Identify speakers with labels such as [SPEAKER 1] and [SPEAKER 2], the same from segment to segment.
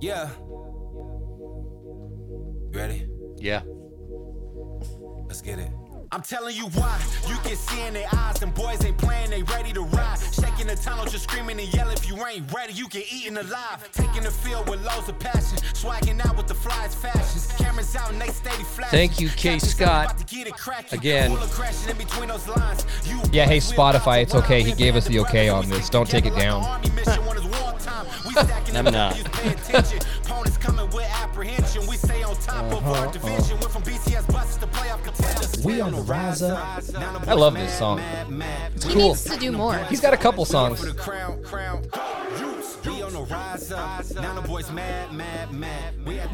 [SPEAKER 1] Yeah. Ready?
[SPEAKER 2] Yeah.
[SPEAKER 1] Let's get it. I'm telling you why. You can see in their eyes, them boys ain't playing, they ready to ride. Shaking the tunnel, just screaming and yelling. If you ain't ready, you get eaten alive. Taking the field with loads of passion. Swagging out with the flies fashions. Cameras out and they steady flashing.
[SPEAKER 2] Thank you, K.
[SPEAKER 1] Captain's
[SPEAKER 2] Scott.
[SPEAKER 1] about to get it cracking.
[SPEAKER 2] Again.
[SPEAKER 1] Full of crashing in between those lines. You
[SPEAKER 3] Yeah, hey,
[SPEAKER 1] boys, we about
[SPEAKER 3] Spotify,
[SPEAKER 1] to
[SPEAKER 3] it's okay.
[SPEAKER 1] ride.
[SPEAKER 3] He gave us the okay on this. Don't take it down.
[SPEAKER 1] I'm
[SPEAKER 4] not.
[SPEAKER 3] Uh-huh, We on the rise up. I love this song. It's
[SPEAKER 5] He
[SPEAKER 3] cool.
[SPEAKER 5] needs to do more.
[SPEAKER 3] He's got a couple songs.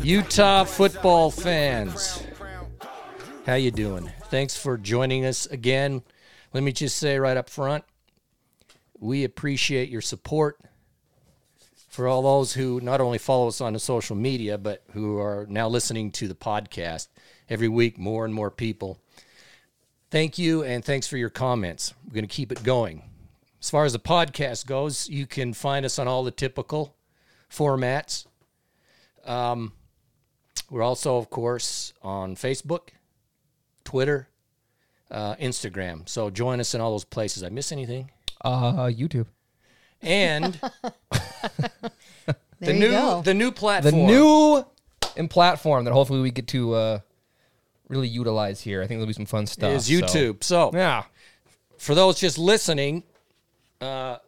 [SPEAKER 2] Utah football fans, how you doing? Thanks for joining us again. Let me just say right up front, we appreciate your support. For all those who not only follow us on the social media, but who are now listening to the podcast every week, more and more people. Thank you, and thanks for your comments. We're going to keep it going. As far as the podcast goes, you can find us on all the typical formats. Um, We're also, of course, on Facebook, Twitter, uh, Instagram. So join us in all those places. I miss anything?
[SPEAKER 3] Uh, YouTube.
[SPEAKER 2] And
[SPEAKER 5] There
[SPEAKER 2] the
[SPEAKER 5] you
[SPEAKER 2] new
[SPEAKER 5] go.
[SPEAKER 2] the new
[SPEAKER 3] The
[SPEAKER 2] platform.
[SPEAKER 3] new and platform that hopefully we get to uh, really utilize here. I think there'll be some fun stuff.
[SPEAKER 2] is
[SPEAKER 3] so-
[SPEAKER 2] YouTube. So,
[SPEAKER 3] Yeah.
[SPEAKER 2] for those just listening, uh,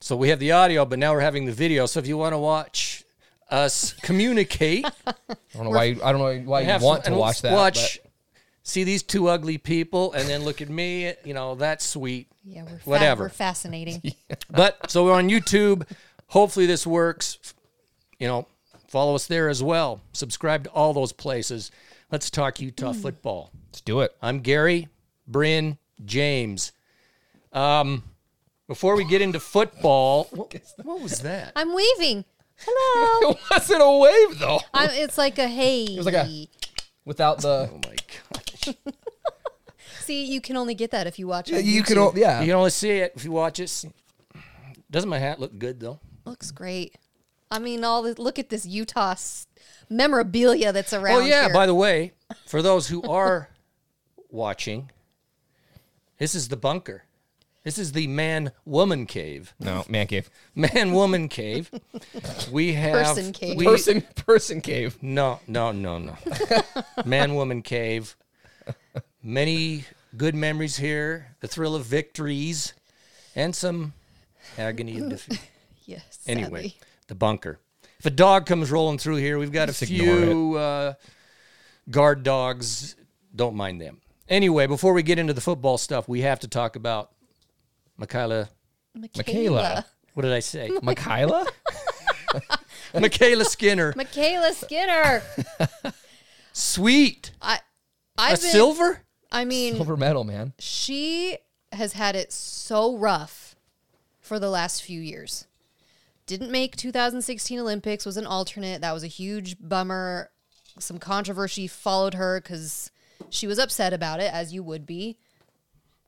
[SPEAKER 2] so we have the audio, but now we're having the video. So if you want to watch us communicate,
[SPEAKER 3] I don't know why. You, I don't know why you
[SPEAKER 2] have
[SPEAKER 3] want
[SPEAKER 2] some-
[SPEAKER 3] to
[SPEAKER 2] and
[SPEAKER 3] watch that.
[SPEAKER 2] Watch, see these two ugly people, and then look at me. You know that's sweet.
[SPEAKER 5] Yeah, we're fa-
[SPEAKER 2] Whatever.
[SPEAKER 5] We're fascinating.
[SPEAKER 2] But so we're on YouTube. Hopefully this works. You know, follow us there as well. Subscribe to all those places. Let's talk Utah football.
[SPEAKER 3] but Let's do it.
[SPEAKER 2] I'm Gary, Bryn, James. Um, before we get into football, what, what was that?
[SPEAKER 5] I'm waving. Hello.
[SPEAKER 3] It wasn't a wave though.
[SPEAKER 5] I'm, it's like a hey.
[SPEAKER 3] was like a- Without the
[SPEAKER 2] Oh my god!
[SPEAKER 5] See, you can only get that if you watch. on
[SPEAKER 3] you can. o-
[SPEAKER 5] YouTube.
[SPEAKER 3] Yeah.
[SPEAKER 2] You can only see it if you watch it. Doesn't my hat look good though?
[SPEAKER 5] Looks great. I mean, all the look at this Utah s- memorabilia that's around.
[SPEAKER 2] Oh yeah.
[SPEAKER 5] here.
[SPEAKER 2] By the way, for those who are watching, this is the bunker. This is the man-woman cave.
[SPEAKER 3] No man cave.
[SPEAKER 2] Man-woman cave. We have
[SPEAKER 5] Person cave.
[SPEAKER 2] we-
[SPEAKER 3] Person person cave.
[SPEAKER 2] No, no, no, no. Man-woman cave. Many good memories here. The thrill of victories, and some agony of defeat.
[SPEAKER 5] yes.
[SPEAKER 2] Anyway,
[SPEAKER 5] sadly.
[SPEAKER 2] the bunker. If a dog comes rolling through here, we've got a
[SPEAKER 3] ignore it.
[SPEAKER 2] few uh, guard dogs. Don't mind them. Anyway, before we get into the football stuff, we have to talk about Michaela.
[SPEAKER 5] Michaela.
[SPEAKER 2] What did I say?
[SPEAKER 3] Michaela.
[SPEAKER 2] Michaela Skinner.
[SPEAKER 5] Michaela Skinner.
[SPEAKER 2] Sweet.
[SPEAKER 5] I.
[SPEAKER 2] A
[SPEAKER 5] I've been,
[SPEAKER 2] silver?
[SPEAKER 5] I mean,
[SPEAKER 3] Silver medal, man.
[SPEAKER 5] she has had it so rough for the last few years. Didn't make 2016 Olympics, was an alternate. That was a huge bummer. Some controversy followed her because she was upset about it, as you would be.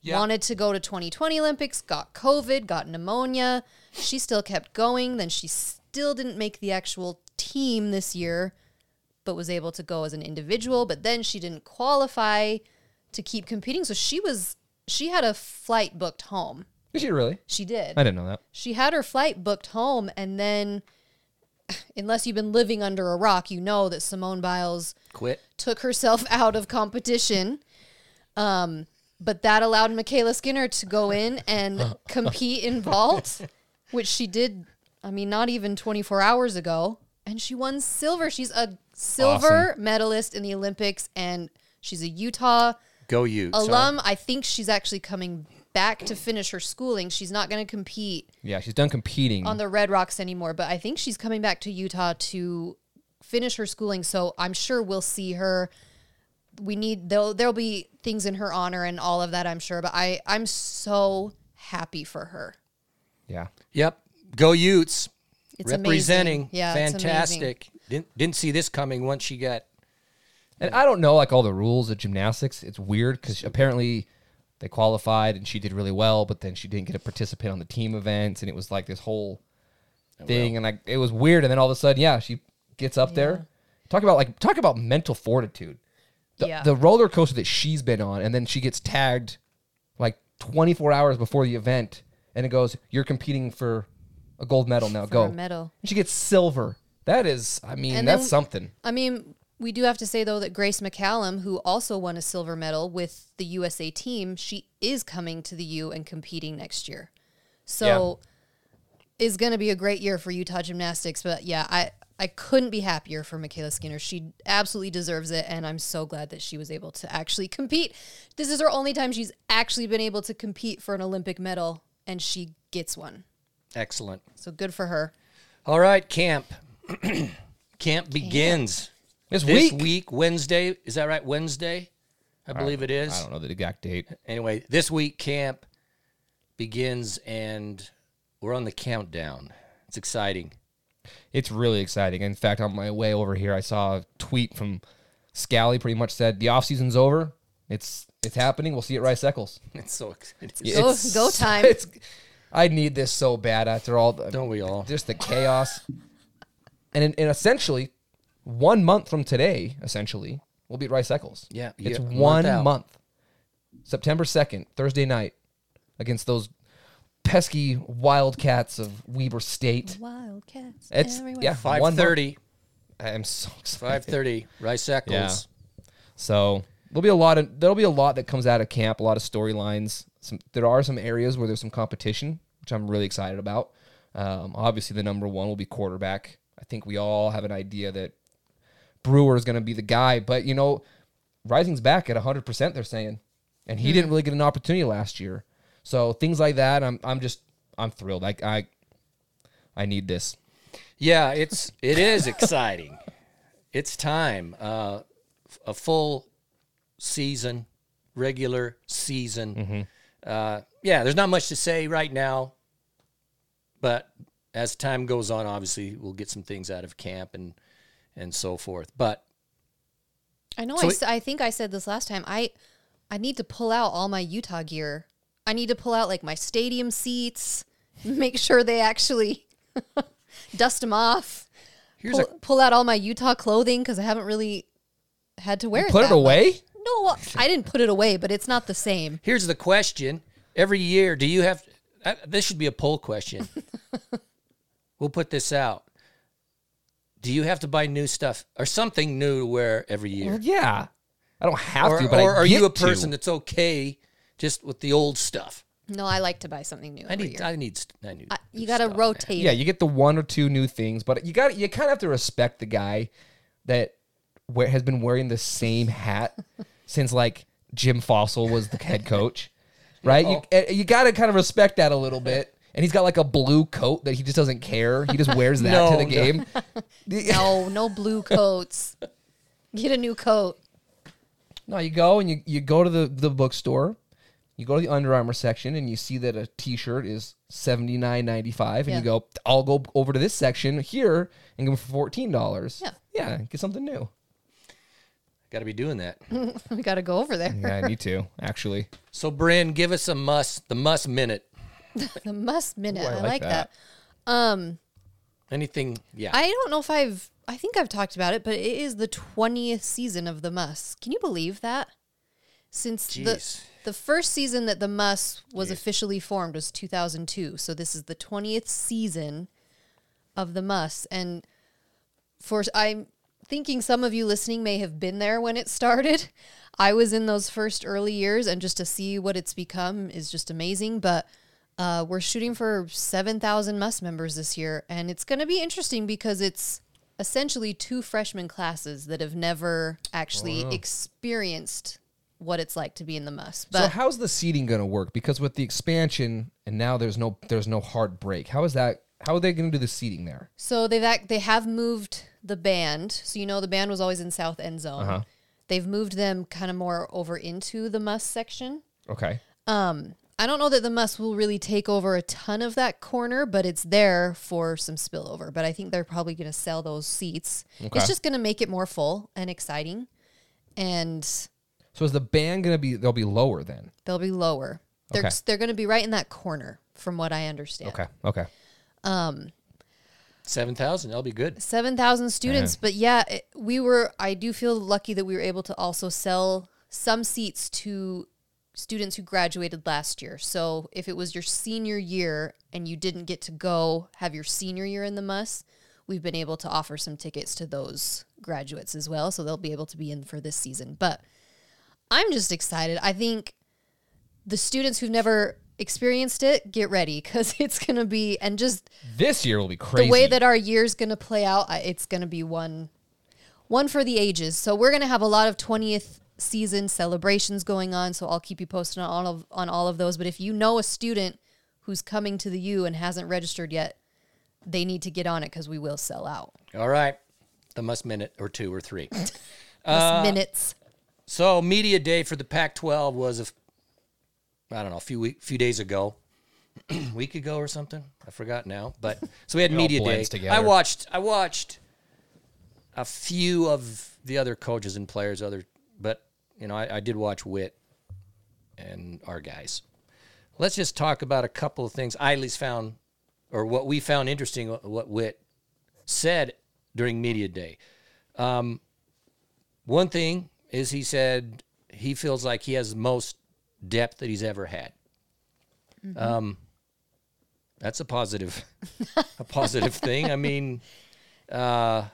[SPEAKER 5] Wanted to go to 2020 Olympics, got COVID, got pneumonia. She still kept going. Then she still didn't make the actual team this year, but was able to go as an individual. But then she didn't qualify to keep competing. So she was she had a flight booked home.
[SPEAKER 3] Is she really?
[SPEAKER 5] She did.
[SPEAKER 3] I didn't know that.
[SPEAKER 5] She had her flight booked home and then unless you've been living under a rock, you know that Simone Biles
[SPEAKER 2] Quit.
[SPEAKER 5] took herself out of competition. Um but that allowed Michaela Skinner to go in and compete in vault, which she did, I mean, not even 24 hours ago. And she won silver. She's a silver medalist in the Olympics, and she's a Utah
[SPEAKER 2] Go you.
[SPEAKER 5] alum. I think she's actually coming back to finish her schooling. She's not going to compete
[SPEAKER 3] Yeah, she's done competing.
[SPEAKER 5] on the Red Rocks anymore, but I think she's coming back to Utah to finish her schooling. So I'm sure we'll see her. We need there'll there'll be things in her honor and all of that. I'm sure, but I I'm so happy for her.
[SPEAKER 3] yeah.
[SPEAKER 2] Yep. Go Utes.
[SPEAKER 5] It's amazing.
[SPEAKER 2] representing.
[SPEAKER 5] Yeah, it's amazing.
[SPEAKER 2] Fantastic. Didn't didn't see this coming once she got
[SPEAKER 3] And I don't know like all the rules of gymnastics. It's weird because apparently they qualified and she did really well, but then she didn't get to participate on the team events, and it was like this whole thing, and like it was weird. And then all of a sudden, yeah, she gets up there. Talk about like talk about mental fortitude. The,
[SPEAKER 5] Yeah.
[SPEAKER 3] the roller coaster that she's been on, and then she gets tagged like 24 hours before the event, and it goes, "You're competing for a gold medal now. go
[SPEAKER 5] a medal.
[SPEAKER 3] And she gets silver. That is, I mean,
[SPEAKER 5] And
[SPEAKER 3] that's
[SPEAKER 5] then-
[SPEAKER 3] something.
[SPEAKER 5] I mean, we do have to say though that Grace McCallum, who also won a silver medal with the USA team, she is coming to the U and competing next year. So is going to be a great year for Utah gymnastics, but yeah, I I couldn't be happier for Michaela Skinner. She absolutely deserves it and I'm so glad that she was able to actually compete. This is her only time she's actually been able to compete for an Olympic medal and she gets one.
[SPEAKER 2] Excellent.
[SPEAKER 5] So good for her.
[SPEAKER 2] All right, camp. camp begins
[SPEAKER 3] This,
[SPEAKER 2] this
[SPEAKER 3] week, Uh,
[SPEAKER 2] week, Wednesday. Is that right? Wednesday, I believe it is.
[SPEAKER 3] I don't know the exact date.
[SPEAKER 2] Anyway, this week camp begins, and we're on the countdown. It's exciting.
[SPEAKER 3] It's really exciting. In fact, on my way over here, I saw a tweet from Scally. Pretty much said the off season's over. It's it's happening. We'll see you at Rice Eccles.
[SPEAKER 2] It's so exciting.
[SPEAKER 5] Go-
[SPEAKER 3] It's-
[SPEAKER 5] go time.
[SPEAKER 3] it's- I need this so bad after all the
[SPEAKER 2] Don't we all?
[SPEAKER 3] just the chaos. and in, and essentially, one month from today, essentially, we'll be at Rice Eccles.
[SPEAKER 2] Yeah, yeah,
[SPEAKER 3] it's
[SPEAKER 2] a month
[SPEAKER 3] one
[SPEAKER 2] out.
[SPEAKER 3] month, September second, Thursday night, against those pesky Wildcats of Weber State.
[SPEAKER 5] Wildcats.
[SPEAKER 3] It's yeah,
[SPEAKER 2] Five thirty.
[SPEAKER 3] I am so excited.
[SPEAKER 2] Five thirty. Rice Eccles.
[SPEAKER 3] Yeah. So there'll be a lot of there'll be a lot that comes out of camp, a lot of storylines. Some there are some areas where there's some competition, which I'm really excited about. Um, obviously, the number one will be quarterback. I think we all have an idea that Brewer is going to be the guy, but you know, Rising's back at 100. percent They're saying, and
[SPEAKER 5] Hmm.
[SPEAKER 3] he didn't really get an opportunity last year. So things like that, I'm I'm just I'm thrilled. I I, I need this.
[SPEAKER 2] Yeah, it's it is exciting. it's time. Uh, f- a full season, regular season. Uh, yeah, there's not much to say right now, but as time goes on, obviously we'll get some things out of camp and and so forth. But
[SPEAKER 5] I know.
[SPEAKER 2] So
[SPEAKER 5] I,
[SPEAKER 2] it-
[SPEAKER 5] s- I think I said this last time. I I need to pull out all my Utah gear. I need to pull out like my stadium seats, make sure they actually dust them off.
[SPEAKER 2] here's
[SPEAKER 5] Pull,
[SPEAKER 2] a
[SPEAKER 5] pull out all my Utah clothing because I haven't really had to wear it.
[SPEAKER 3] Put it
[SPEAKER 5] that much.
[SPEAKER 3] away.
[SPEAKER 5] No, I didn't put it away, but it's not the same.
[SPEAKER 2] here's the question. Every year, do you have? Uh, this should be a poll question. we'll put this out. Do you have to buy new stuff or something new to wear every year?
[SPEAKER 3] Yeah, I don't have
[SPEAKER 2] or,
[SPEAKER 3] to, but I
[SPEAKER 2] or are you
[SPEAKER 3] get
[SPEAKER 2] a person
[SPEAKER 3] to.
[SPEAKER 2] that's okay just with the old stuff?
[SPEAKER 5] No, I like to buy something new.
[SPEAKER 2] I
[SPEAKER 5] every
[SPEAKER 2] need,
[SPEAKER 5] year.
[SPEAKER 2] I need, st- I need.
[SPEAKER 5] I- you got to rotate.
[SPEAKER 3] Yeah, you get the one or two new things, but you got you kind of have to respect the guy that we- has been wearing the same hat since like Jim Fossil was the head coach, right?
[SPEAKER 2] Oh.
[SPEAKER 3] You eh, you got to kind of respect that a little bit. And he's got like a blue coat that he just doesn't care. He just wears that to
[SPEAKER 2] No,
[SPEAKER 3] the
[SPEAKER 2] no.
[SPEAKER 3] game.
[SPEAKER 5] No, no blue coats. Get a new coat.
[SPEAKER 3] No, you go and you, you go to the, the bookstore, you go to the Under Armour section and you see that a t shirt is seventy nine ninety five, and
[SPEAKER 5] Yeah.
[SPEAKER 3] you go, I'll go over to this section here and get them for fourteen dollars.
[SPEAKER 5] Yeah.
[SPEAKER 3] Yeah, get something new.
[SPEAKER 2] Got to be doing that.
[SPEAKER 5] We got to go over there.
[SPEAKER 3] Yeah, me too, actually.
[SPEAKER 2] so, Bryn, give us a must, the must minute.
[SPEAKER 5] The must minute.
[SPEAKER 3] Ooh,
[SPEAKER 5] I, like that.
[SPEAKER 2] Anything? Yeah.
[SPEAKER 5] I don't know if I've. I think I've talked about it, but it is the twentieth season of the Muss. Can you believe that? Since
[SPEAKER 2] Jeez.
[SPEAKER 5] the the first season that the Muss was officially formed was two thousand two, so this is the twentieth season of the Muss. And for I'm thinking some of you listening may have been there when it started. I was in those first early years, and just to see what it's become is just amazing. But uh, we're shooting for 7,000 MUS members this year, and it's going to be interesting because it's essentially two freshman classes that have never actually experienced what it's like to be in the MUS. But
[SPEAKER 3] so how's the seating gonna work? Because with the expansion and now there's no there's no hard break. How is that how are they gonna do the seating there?
[SPEAKER 5] So they've act, they have moved the band. So you know the band was always in south end zone. They've moved them kind of more over into the must section.
[SPEAKER 3] Okay.
[SPEAKER 5] I don't know that the must will really take over a ton of that corner, but it's there for some spillover. But I think they're probably going to sell those seats.
[SPEAKER 3] Okay.
[SPEAKER 5] It's just going to make it more full and exciting, and
[SPEAKER 3] So is the band gonna be they'll be lower then?
[SPEAKER 5] they'll be lower. They're
[SPEAKER 3] Okay.
[SPEAKER 5] they're going to be right in that corner, from what I understand.
[SPEAKER 3] Okay. Okay.
[SPEAKER 2] Seven thousand. That'll be good.
[SPEAKER 5] 7,000 students. But yeah, it, we were, I do feel lucky that we were able to also sell some seats to students who graduated last year. So if it was your senior year and you didn't get to go have your senior year in the MUS, we've been able to offer some tickets to those graduates as well. So they'll be able to be in for this season. But I'm just excited. I think the students who've never experienced it, get ready because it's going to be, and just
[SPEAKER 3] This year will be crazy.
[SPEAKER 5] the way that our year's going to play out, I- it's going to be one one for the ages. So we're going to have a lot of 20th season celebrations going on, so I'll keep you posted on all of on all of those, but if you know a student who's coming to the U and hasn't registered yet, they need to get on it cuz we will sell out.
[SPEAKER 2] All right. The must minute or two or three.
[SPEAKER 5] Plus minutes.
[SPEAKER 2] So media day for the Pac-12 was a, f- I don't know, a few week, few days ago, week ago or something. I forgot now. But so we had
[SPEAKER 3] all
[SPEAKER 2] media day.
[SPEAKER 3] blends
[SPEAKER 2] I
[SPEAKER 3] together.
[SPEAKER 2] watched. I watched a few of the other coaches and players. Other, but you know, I, I did watch Wit and our guys. Let's just talk about a couple of things I at least found, or what we found interesting. wh- What Wit said during media day. One thing is he said he feels like he has the most depth that he's ever had. Um, that's a positive, a positive thing. I mean, because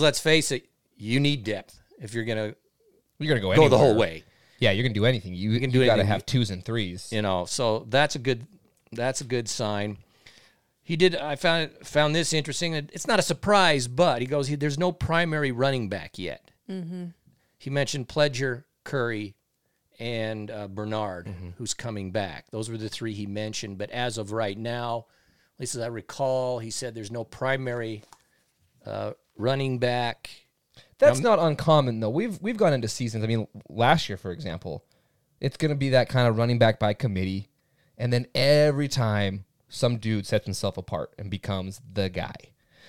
[SPEAKER 2] let's face it, you need depth if you're gonna
[SPEAKER 3] you're gonna go
[SPEAKER 2] go the whole
[SPEAKER 3] anywhere.
[SPEAKER 2] way.
[SPEAKER 3] Yeah, you're gonna do anything. You, you
[SPEAKER 2] do
[SPEAKER 3] gotta
[SPEAKER 2] anything.
[SPEAKER 3] have twos and threes.
[SPEAKER 2] You know, so that's a good that's a good sign. He did. I found found this interesting. It- It's not a surprise, but he goes. He, there's no primary running back yet. He mentioned Pledger, Curry, and uh, Bernard, who's coming back. Those were the three he mentioned. But as of right now, at least as I recall, he said there's no primary uh, running back.
[SPEAKER 3] That's not uncommon though. We've we've gone into seasons. I mean, last year for example, it's going to be that kind of running back by committee, and then every time some dude sets himself apart and becomes the guy.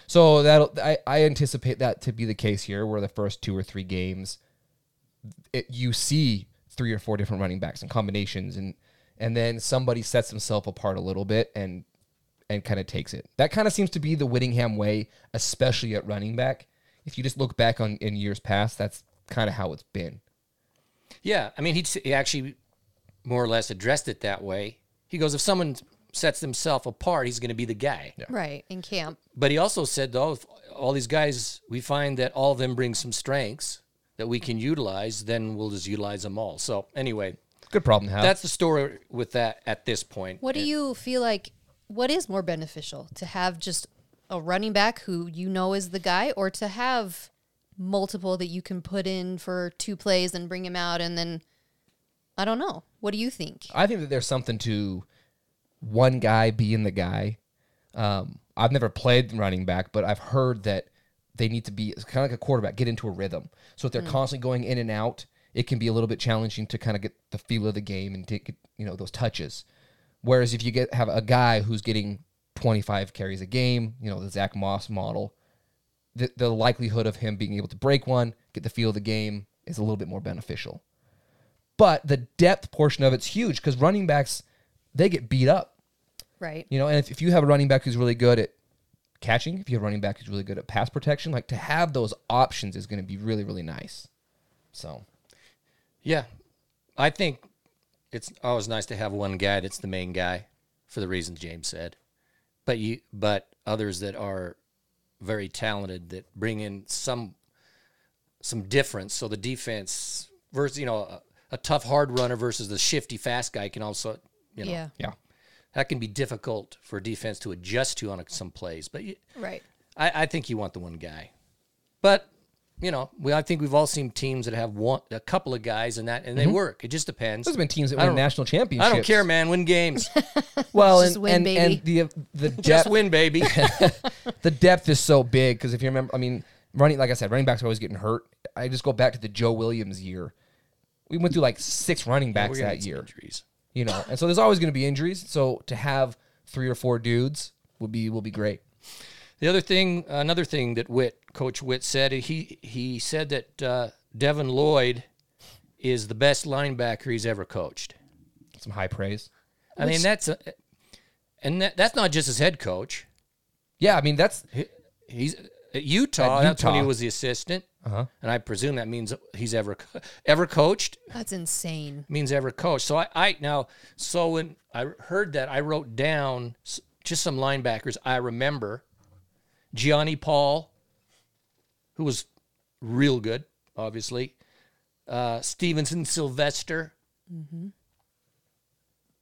[SPEAKER 3] So that I, I anticipate that to be the case here, where the first two or three games, it, you see three or four different running backs and combinations, and and then somebody sets himself apart a little bit and and kind of takes it. That kind of seems to be the Whittingham way, especially at running back. If you just look back on in years past, that's kind of how it's been.
[SPEAKER 2] Yeah, I mean, he'd, s- he actually more or less addressed it that way. He goes, if someone sets themselves apart, he's going to be the guy.
[SPEAKER 5] Right, in camp.
[SPEAKER 2] But he also said, though, if all these guys, we find that all of them bring some strengths that we can utilize, then we'll just utilize them all. So, anyway,
[SPEAKER 3] Good problem to have.
[SPEAKER 2] that's the story with that at this point.
[SPEAKER 5] What do you feel like what is more beneficial to have just a running back who you know is the guy or to have multiple that you can put in for two plays and bring him out and then I don't know. What do you think?
[SPEAKER 2] Uh,
[SPEAKER 3] I think that there's something to one guy being the guy. Um, I've never played running back, but I've heard that they need to be it's kind of like a quarterback, get into a rhythm. So if they're constantly going in and out, it can be a little bit challenging to kind of get the feel of the game and take you know those touches. Whereas if you get have a guy who's getting 25 carries a game, you know the Zach Moss model, the, the likelihood of him being able to break one, get the feel of the game is a little bit more beneficial. But the depth portion of it's huge because running backs, they get beat up.
[SPEAKER 5] Right.
[SPEAKER 3] You know, and if, if you have a running back who's really good at catching, if you have a running back who's really good at pass protection, like to have those options is going to be really, really nice. So
[SPEAKER 2] Yeah, I think it's always nice to have one guy that's the main guy for the reasons James said, but you but others that are very talented that bring in some some difference. So the defense versus you know a, a tough hard runner versus the shifty fast guy can also you know
[SPEAKER 5] Yeah.
[SPEAKER 3] yeah,
[SPEAKER 2] that can be difficult for defense to adjust to on some plays. But you,
[SPEAKER 5] Right.
[SPEAKER 2] I, I think you want the one guy, but you know, we, I think we've all seen teams that have one, a couple of guys, and that, and they work. It just depends.
[SPEAKER 3] there's Mm-hmm. been teams that
[SPEAKER 2] I
[SPEAKER 3] win
[SPEAKER 2] don't-
[SPEAKER 3] national championships.
[SPEAKER 2] I don't care, man. Win games,
[SPEAKER 3] Well,
[SPEAKER 5] Just
[SPEAKER 3] and,
[SPEAKER 5] win,
[SPEAKER 3] and, and
[SPEAKER 5] baby.
[SPEAKER 3] the the
[SPEAKER 2] just
[SPEAKER 3] depth
[SPEAKER 2] win, baby.
[SPEAKER 3] the depth is so big because if you remember, I mean, running like I said, running backs are always getting hurt. I just go back to the Joe Williams year. We went through like six running backs that year.
[SPEAKER 2] Injuries.
[SPEAKER 3] you know. And so there's always going to be injuries. So to have three or four dudes would be will be great.
[SPEAKER 2] The other thing, another thing that Witt, Coach Witt said, he he said that uh, Devin Lloyd is the best linebacker he's ever coached.
[SPEAKER 3] Some high praise.
[SPEAKER 2] I mean, that's a, and that, that's not just his head coach.
[SPEAKER 3] Yeah, I mean that's
[SPEAKER 2] He's at Utah.
[SPEAKER 3] At
[SPEAKER 2] That's when he
[SPEAKER 3] Utah. Uh-huh.
[SPEAKER 2] was the assistant, and I presume that means he's ever co- ever coached
[SPEAKER 5] That's insane.
[SPEAKER 2] means ever coached. So I, I now so when I heard that, I wrote down s- just some linebackers I remember: Gianni Paul, who was real good, obviously. Uh, Stevenson Sylvester. Mm-hmm.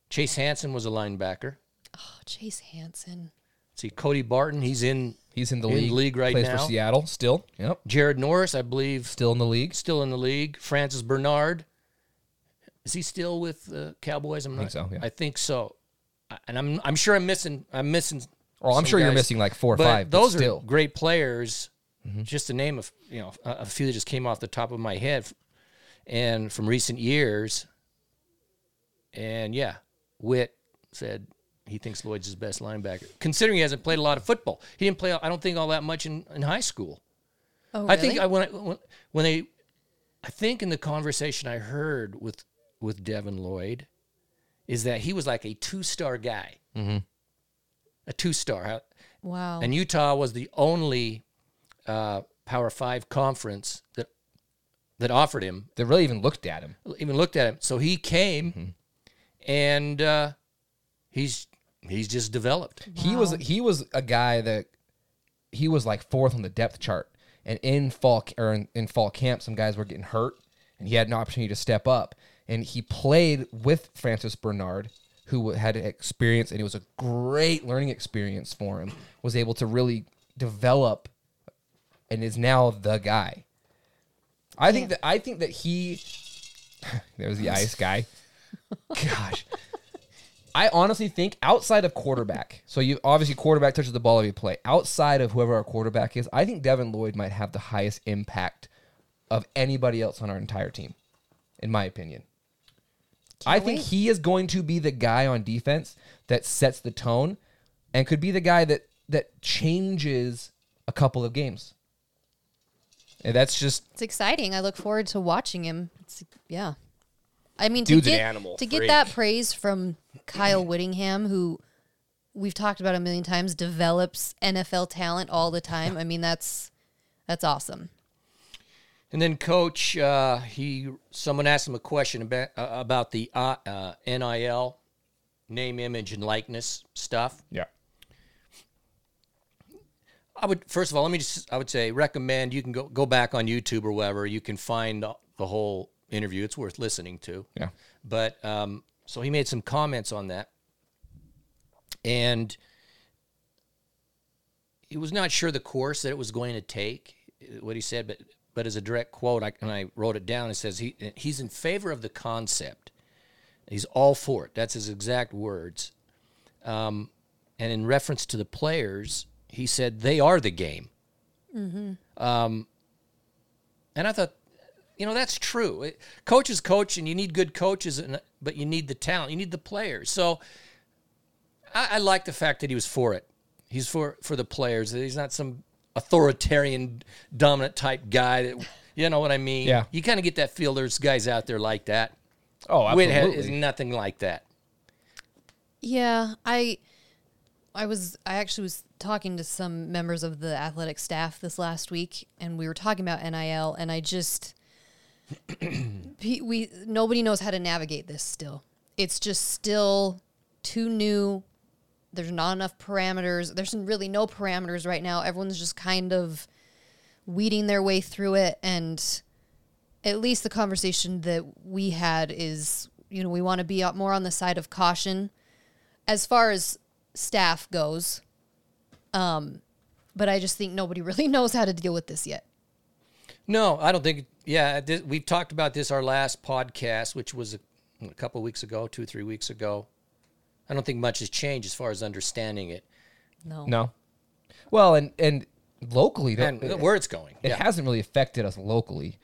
[SPEAKER 2] Chase Hansen was a linebacker.
[SPEAKER 5] Oh, Chase Hansen.
[SPEAKER 2] See Cody Barton, he's in.
[SPEAKER 3] he's in the
[SPEAKER 2] In
[SPEAKER 3] league.
[SPEAKER 2] league right
[SPEAKER 3] plays
[SPEAKER 2] now.
[SPEAKER 3] for Seattle still. Yep,
[SPEAKER 2] Jared Norris, I believe,
[SPEAKER 3] still in the league.
[SPEAKER 2] still in the league. Francis Bernard, is he still with the Cowboys? I'm not.
[SPEAKER 3] think so, yeah.
[SPEAKER 2] I think so. I- And I'm I'm sure I'm missing I'm missing.
[SPEAKER 3] Or Oh, I'm
[SPEAKER 2] some
[SPEAKER 3] sure you're
[SPEAKER 2] guys.
[SPEAKER 3] missing like four or
[SPEAKER 2] but
[SPEAKER 3] five.
[SPEAKER 2] Those
[SPEAKER 3] but still. Mm-hmm.
[SPEAKER 2] are great players. Just to name of you know a, a few that just came off the top of my head, and from recent years. And yeah, Witt said he thinks Lloyd's his best linebacker, considering he hasn't played a lot of football. He didn't play. I don't think all that much in, in high school.
[SPEAKER 5] Oh,
[SPEAKER 2] I think
[SPEAKER 5] really?
[SPEAKER 2] I, when I, when- when they, I think in the conversation I heard with with Devin Lloyd, is that he was like a two star guy, mm-hmm. a two star,
[SPEAKER 5] wow.
[SPEAKER 2] and Utah was the only uh, Power Five conference that that offered him,
[SPEAKER 3] They really even looked at him.
[SPEAKER 2] even looked at him. So he came,
[SPEAKER 5] Mm-hmm.
[SPEAKER 2] and uh, he's he's just developed.
[SPEAKER 3] He was he was a guy that he was like fourth on the depth chart, and in fall c- or in, in fall camp, some guys were getting hurt, and he had an opportunity to step up, and he played with Francis Bernard, who had experience, and it was a great learning experience for him. Was able to really develop, and is now the guy. I think that I think that he. There's the ice guy. Gosh. I honestly think outside of quarterback, so you obviously quarterback touches the ball every play. Outside of whoever our quarterback is, I think Devin Lloyd might have the highest impact of anybody else on our entire team, in my opinion. I think
[SPEAKER 5] wait.
[SPEAKER 3] he is going to be the guy on defense that sets the tone and could be the guy that that changes a couple of games. And that's just
[SPEAKER 5] It's exciting. I look forward to watching him. It's, yeah. I mean,
[SPEAKER 3] Dude's
[SPEAKER 5] to
[SPEAKER 3] an
[SPEAKER 5] get,
[SPEAKER 3] animal
[SPEAKER 5] to get that praise from Kyle Whittingham, who we've talked about a million times, develops NFL talent all the time. I mean, that's that's awesome.
[SPEAKER 2] And then coach, uh, he someone asked him a question about uh, about the uh, uh, NIL name, image, and likeness stuff.
[SPEAKER 3] yeah.
[SPEAKER 2] I would first of all, let me just I would say recommend you can go go back on YouTube or wherever you can find the the whole interview. It's worth listening to.
[SPEAKER 3] Yeah.
[SPEAKER 2] But um, so he made some comments on that, and he was not sure the course that it was going to take. uh, What he said, but but as a direct quote, I, and I wrote it down. It says he he's in favor of the concept. He's all for it. That's his exact words. Um, and in reference to the players, he said they are the game. Um, And I thought, you know, that's true. It- Coach is coach, and you need good coaches, and, but you need the talent. You need the players. So I, I like the fact that he was for it. He's for for the players. that He's not some authoritarian, dominant type guy. That you know what I mean.
[SPEAKER 3] Yeah.
[SPEAKER 2] You kind of get that feel. There's guys out there like that.
[SPEAKER 3] Oh,
[SPEAKER 2] Witt ha-
[SPEAKER 3] absolutely.
[SPEAKER 2] is nothing like that.
[SPEAKER 5] Yeah, I I was I actually was talking to some members of the athletic staff this last week and we were talking about NIL and I just pe- we nobody knows how to navigate this still. It's just still too new. There's not enough parameters. There's really no parameters right now. Everyone's just kind of weeding their way through it and at least the conversation that we had is you know, we want to be out more on the side of caution as far as staff goes. Um, but I just think nobody really knows how to deal with this yet.
[SPEAKER 2] No, I don't think. Yeah, this, we talked about this our last podcast, which was a, a couple weeks ago, two three weeks ago. I don't think much has changed as far as understanding it
[SPEAKER 5] No.
[SPEAKER 3] No. Well, and and locally, that,
[SPEAKER 2] and where it's going.
[SPEAKER 3] it
[SPEAKER 2] yeah.
[SPEAKER 3] hasn't really affected us locally.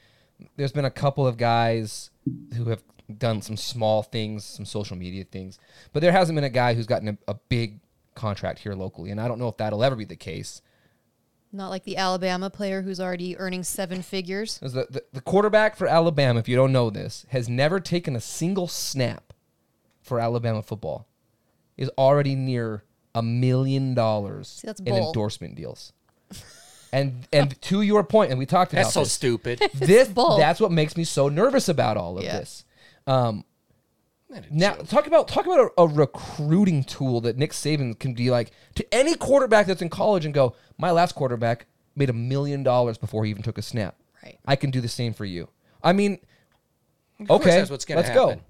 [SPEAKER 3] There's been a couple of guys who have done some small things, some social media things, but there hasn't been a guy who's gotten a, a big contract here locally, and I don't know if that'll ever be the case.
[SPEAKER 5] Not like the Alabama player who's already earning seven figures.
[SPEAKER 3] 'Cause The, the, the quarterback for Alabama, if you don't know this, has never taken a single snap for Alabama football. Is already near a million dollars
[SPEAKER 5] See, that's
[SPEAKER 3] in
[SPEAKER 5] bold.
[SPEAKER 3] endorsement deals. and and to your point, and we talked about
[SPEAKER 2] That's so
[SPEAKER 3] this,
[SPEAKER 2] stupid.
[SPEAKER 3] this
[SPEAKER 5] bold.
[SPEAKER 3] that's what makes me so nervous about all of
[SPEAKER 5] Yeah.
[SPEAKER 3] this. Um, now talk about talk about a, a recruiting tool that Nick Saban can be like to any quarterback that's in college and go, my last quarterback made a million dollars before he even took a snap.
[SPEAKER 5] Right.
[SPEAKER 3] I can do the same for you. I mean,
[SPEAKER 2] course
[SPEAKER 3] okay,
[SPEAKER 2] that's what's gonna
[SPEAKER 3] let's
[SPEAKER 2] happen.
[SPEAKER 3] go.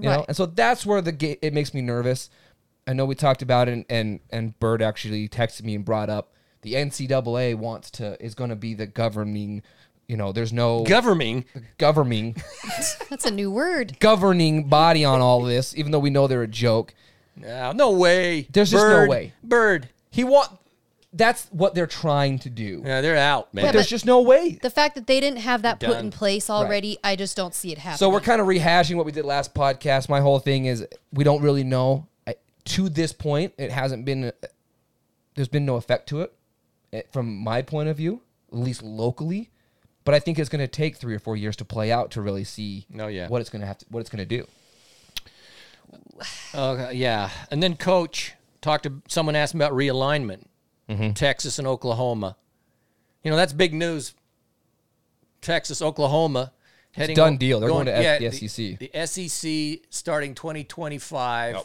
[SPEAKER 3] You know,
[SPEAKER 5] Right.
[SPEAKER 3] and so that's where the ga- it makes me nervous. I know we talked about it, and and, and Bird actually texted me and brought up the NCAA wants to is going to be the governing. You know, there's no
[SPEAKER 2] Governing.
[SPEAKER 3] governing
[SPEAKER 5] That's a new word.
[SPEAKER 3] governing body on all this, even though we know they're a joke.
[SPEAKER 2] No, no way.
[SPEAKER 3] There's just no
[SPEAKER 2] Bird,
[SPEAKER 3] way.
[SPEAKER 2] Bird.
[SPEAKER 3] He want that's what they're trying to do.
[SPEAKER 2] Yeah, they're out, man.
[SPEAKER 5] Yeah,
[SPEAKER 3] But there's
[SPEAKER 5] but-
[SPEAKER 3] just no way.
[SPEAKER 5] The fact that they didn't have that put
[SPEAKER 2] Done.
[SPEAKER 5] in place already, I just don't see it happening.
[SPEAKER 3] So we're kind of rehashing what we did last podcast. My whole thing is we don't really know. I, to this point, it hasn't been. uh, There's been no effect to it, eh, from my point of view, at least locally. But I think it's going to take three or four years to play out to really see.
[SPEAKER 2] No, yeah.
[SPEAKER 3] what it's going to have to what it's going to do.
[SPEAKER 2] Uh, yeah. And then coach talked to someone asked him about realignment,
[SPEAKER 3] Mm-hmm.
[SPEAKER 2] Texas and Oklahoma. You know that's big news. Texas, Oklahoma, heading
[SPEAKER 3] done deal. They're going to F- the E SEC.
[SPEAKER 2] The, SEC starting 2025,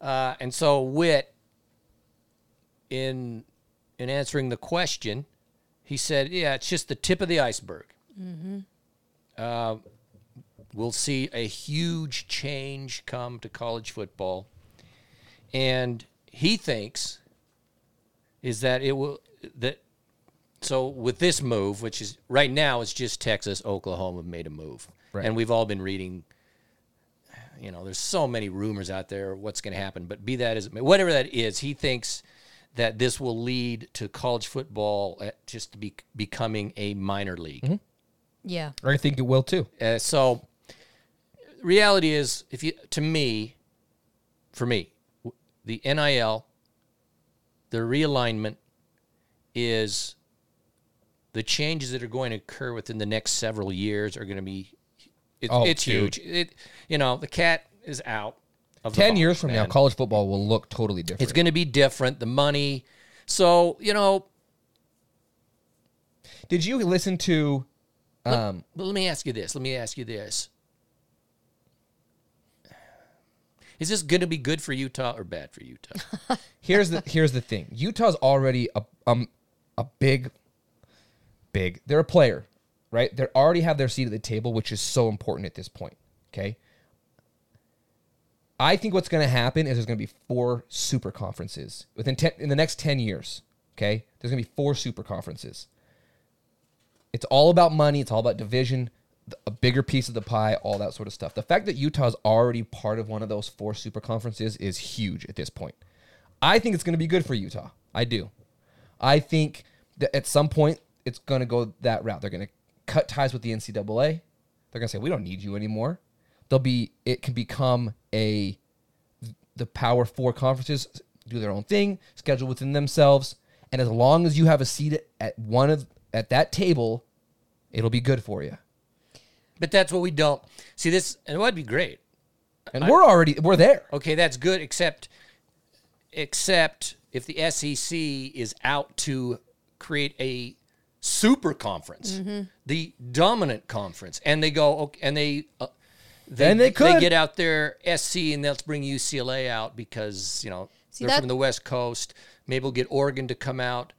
[SPEAKER 2] uh, and so Witt, in in answering the question, he said, "Yeah, it's just the tip of the iceberg." we'll see a huge change come to college football. And he thinks is that it will that so with this move, which is right now it's just Texas, Oklahoma made a move.
[SPEAKER 3] Right.
[SPEAKER 2] And we've all been reading you know, there's so many rumors out there what's going to happen, but be that as it may, whatever that is, he thinks that this will lead to college football uh, just be, becoming a minor league.
[SPEAKER 5] yeah.
[SPEAKER 3] I think it will too.
[SPEAKER 2] Uh, so reality is if you to me for me w- the NIL the realignment is the changes that are going to occur within the next several years are going to be it,
[SPEAKER 3] Oh,
[SPEAKER 2] it's
[SPEAKER 3] dude.
[SPEAKER 2] huge it you know the cat is out of the
[SPEAKER 3] Ten
[SPEAKER 2] box,
[SPEAKER 3] years from now,
[SPEAKER 2] man.
[SPEAKER 3] college football will look totally different.
[SPEAKER 2] it's going to be different the money so you know
[SPEAKER 3] Did you listen to? Um,
[SPEAKER 2] But let me ask you this. Let me ask you this. Is this going to be good for Utah or bad for Utah?
[SPEAKER 3] here's the here's the thing. Utah's already a um a big big. They're a player, right? They already have their seat at the table, which is so important at this point. Okay. I think what's going to happen is there's going to be four super conferences within ten, in the next ten years. Okay, there's going to be four super conferences. It's all about money. It's all about division, th- a bigger piece of the pie, all that sort of stuff. The fact that Utah's already part of one of those four super conferences is huge at this point. I think it's going to be good for Utah. I do. I think that at some point it's going to go that route. They're going to cut ties with the NCAA. They're going to say we don't need you anymore. They'll be. It can become a the Power Four conferences do their own thing, schedule within themselves, and as long as you have a seat at one of at that table, it'll be good for you.
[SPEAKER 2] But that's what we don't see. This and it would be great.
[SPEAKER 3] And we're already we're there.
[SPEAKER 2] Okay, that's good. Except, except if the SEC is out to create a super conference,
[SPEAKER 3] Mm-hmm.
[SPEAKER 2] the dominant conference, and they go okay, and they. Uh, they,
[SPEAKER 3] And they could.
[SPEAKER 2] get out there SC and let's bring UCLA out because you know
[SPEAKER 5] See,
[SPEAKER 2] they're
[SPEAKER 5] that-
[SPEAKER 2] from the West Coast. Maybe we'll get Oregon to come out,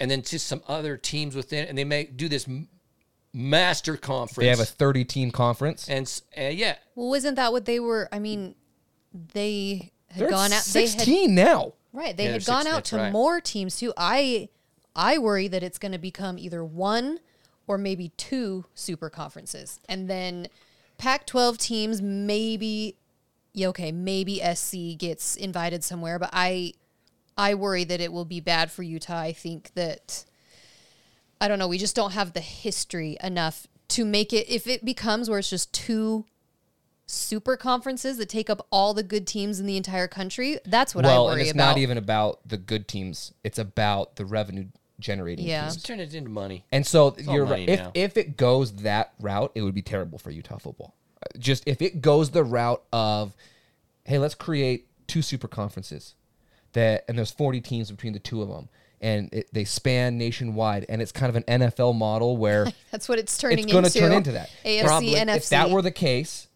[SPEAKER 2] and then just some other teams within, and they may do this m- master conference.
[SPEAKER 3] They have a 30 team conference.
[SPEAKER 2] and s- uh, yeah,
[SPEAKER 5] Well, isn't that what they were? I mean, they had
[SPEAKER 3] They're
[SPEAKER 5] gone out. They had,
[SPEAKER 3] 16 now.
[SPEAKER 5] right. They
[SPEAKER 2] Yeah,
[SPEAKER 5] had
[SPEAKER 2] they're
[SPEAKER 5] gone
[SPEAKER 2] 16,
[SPEAKER 5] out
[SPEAKER 2] that's
[SPEAKER 5] to
[SPEAKER 2] right.
[SPEAKER 5] more teams too. I I worry that it's going to become either one or maybe two super conferences, and then Pac-12 teams maybe. Yeah, okay, maybe SC gets invited somewhere, but I I worry that it will be bad for Utah. I think that I don't know. We just don't have the history enough to make it. If it becomes where it's just two super conferences that take up all the good teams in the entire country, that's what
[SPEAKER 3] well,
[SPEAKER 5] I worry
[SPEAKER 3] and it's
[SPEAKER 5] about.
[SPEAKER 3] not even about the good teams. It's about the revenue generating
[SPEAKER 5] Yeah.
[SPEAKER 3] teams.
[SPEAKER 2] turn it into money.
[SPEAKER 3] And so you're
[SPEAKER 2] all money
[SPEAKER 3] right. If,
[SPEAKER 2] now.
[SPEAKER 3] if it goes that route, it would be terrible for Utah football. Uh, Just if it goes the route of, hey, let's create two super conferences. that and there's 40 teams between the two of them and it, they span nationwide and it's kind of an NFL model where
[SPEAKER 5] That's what it's turning
[SPEAKER 3] it's going to
[SPEAKER 5] into.
[SPEAKER 3] turn into that.
[SPEAKER 5] AFC,
[SPEAKER 2] Probably. If
[SPEAKER 5] NFC.
[SPEAKER 3] If that were the case,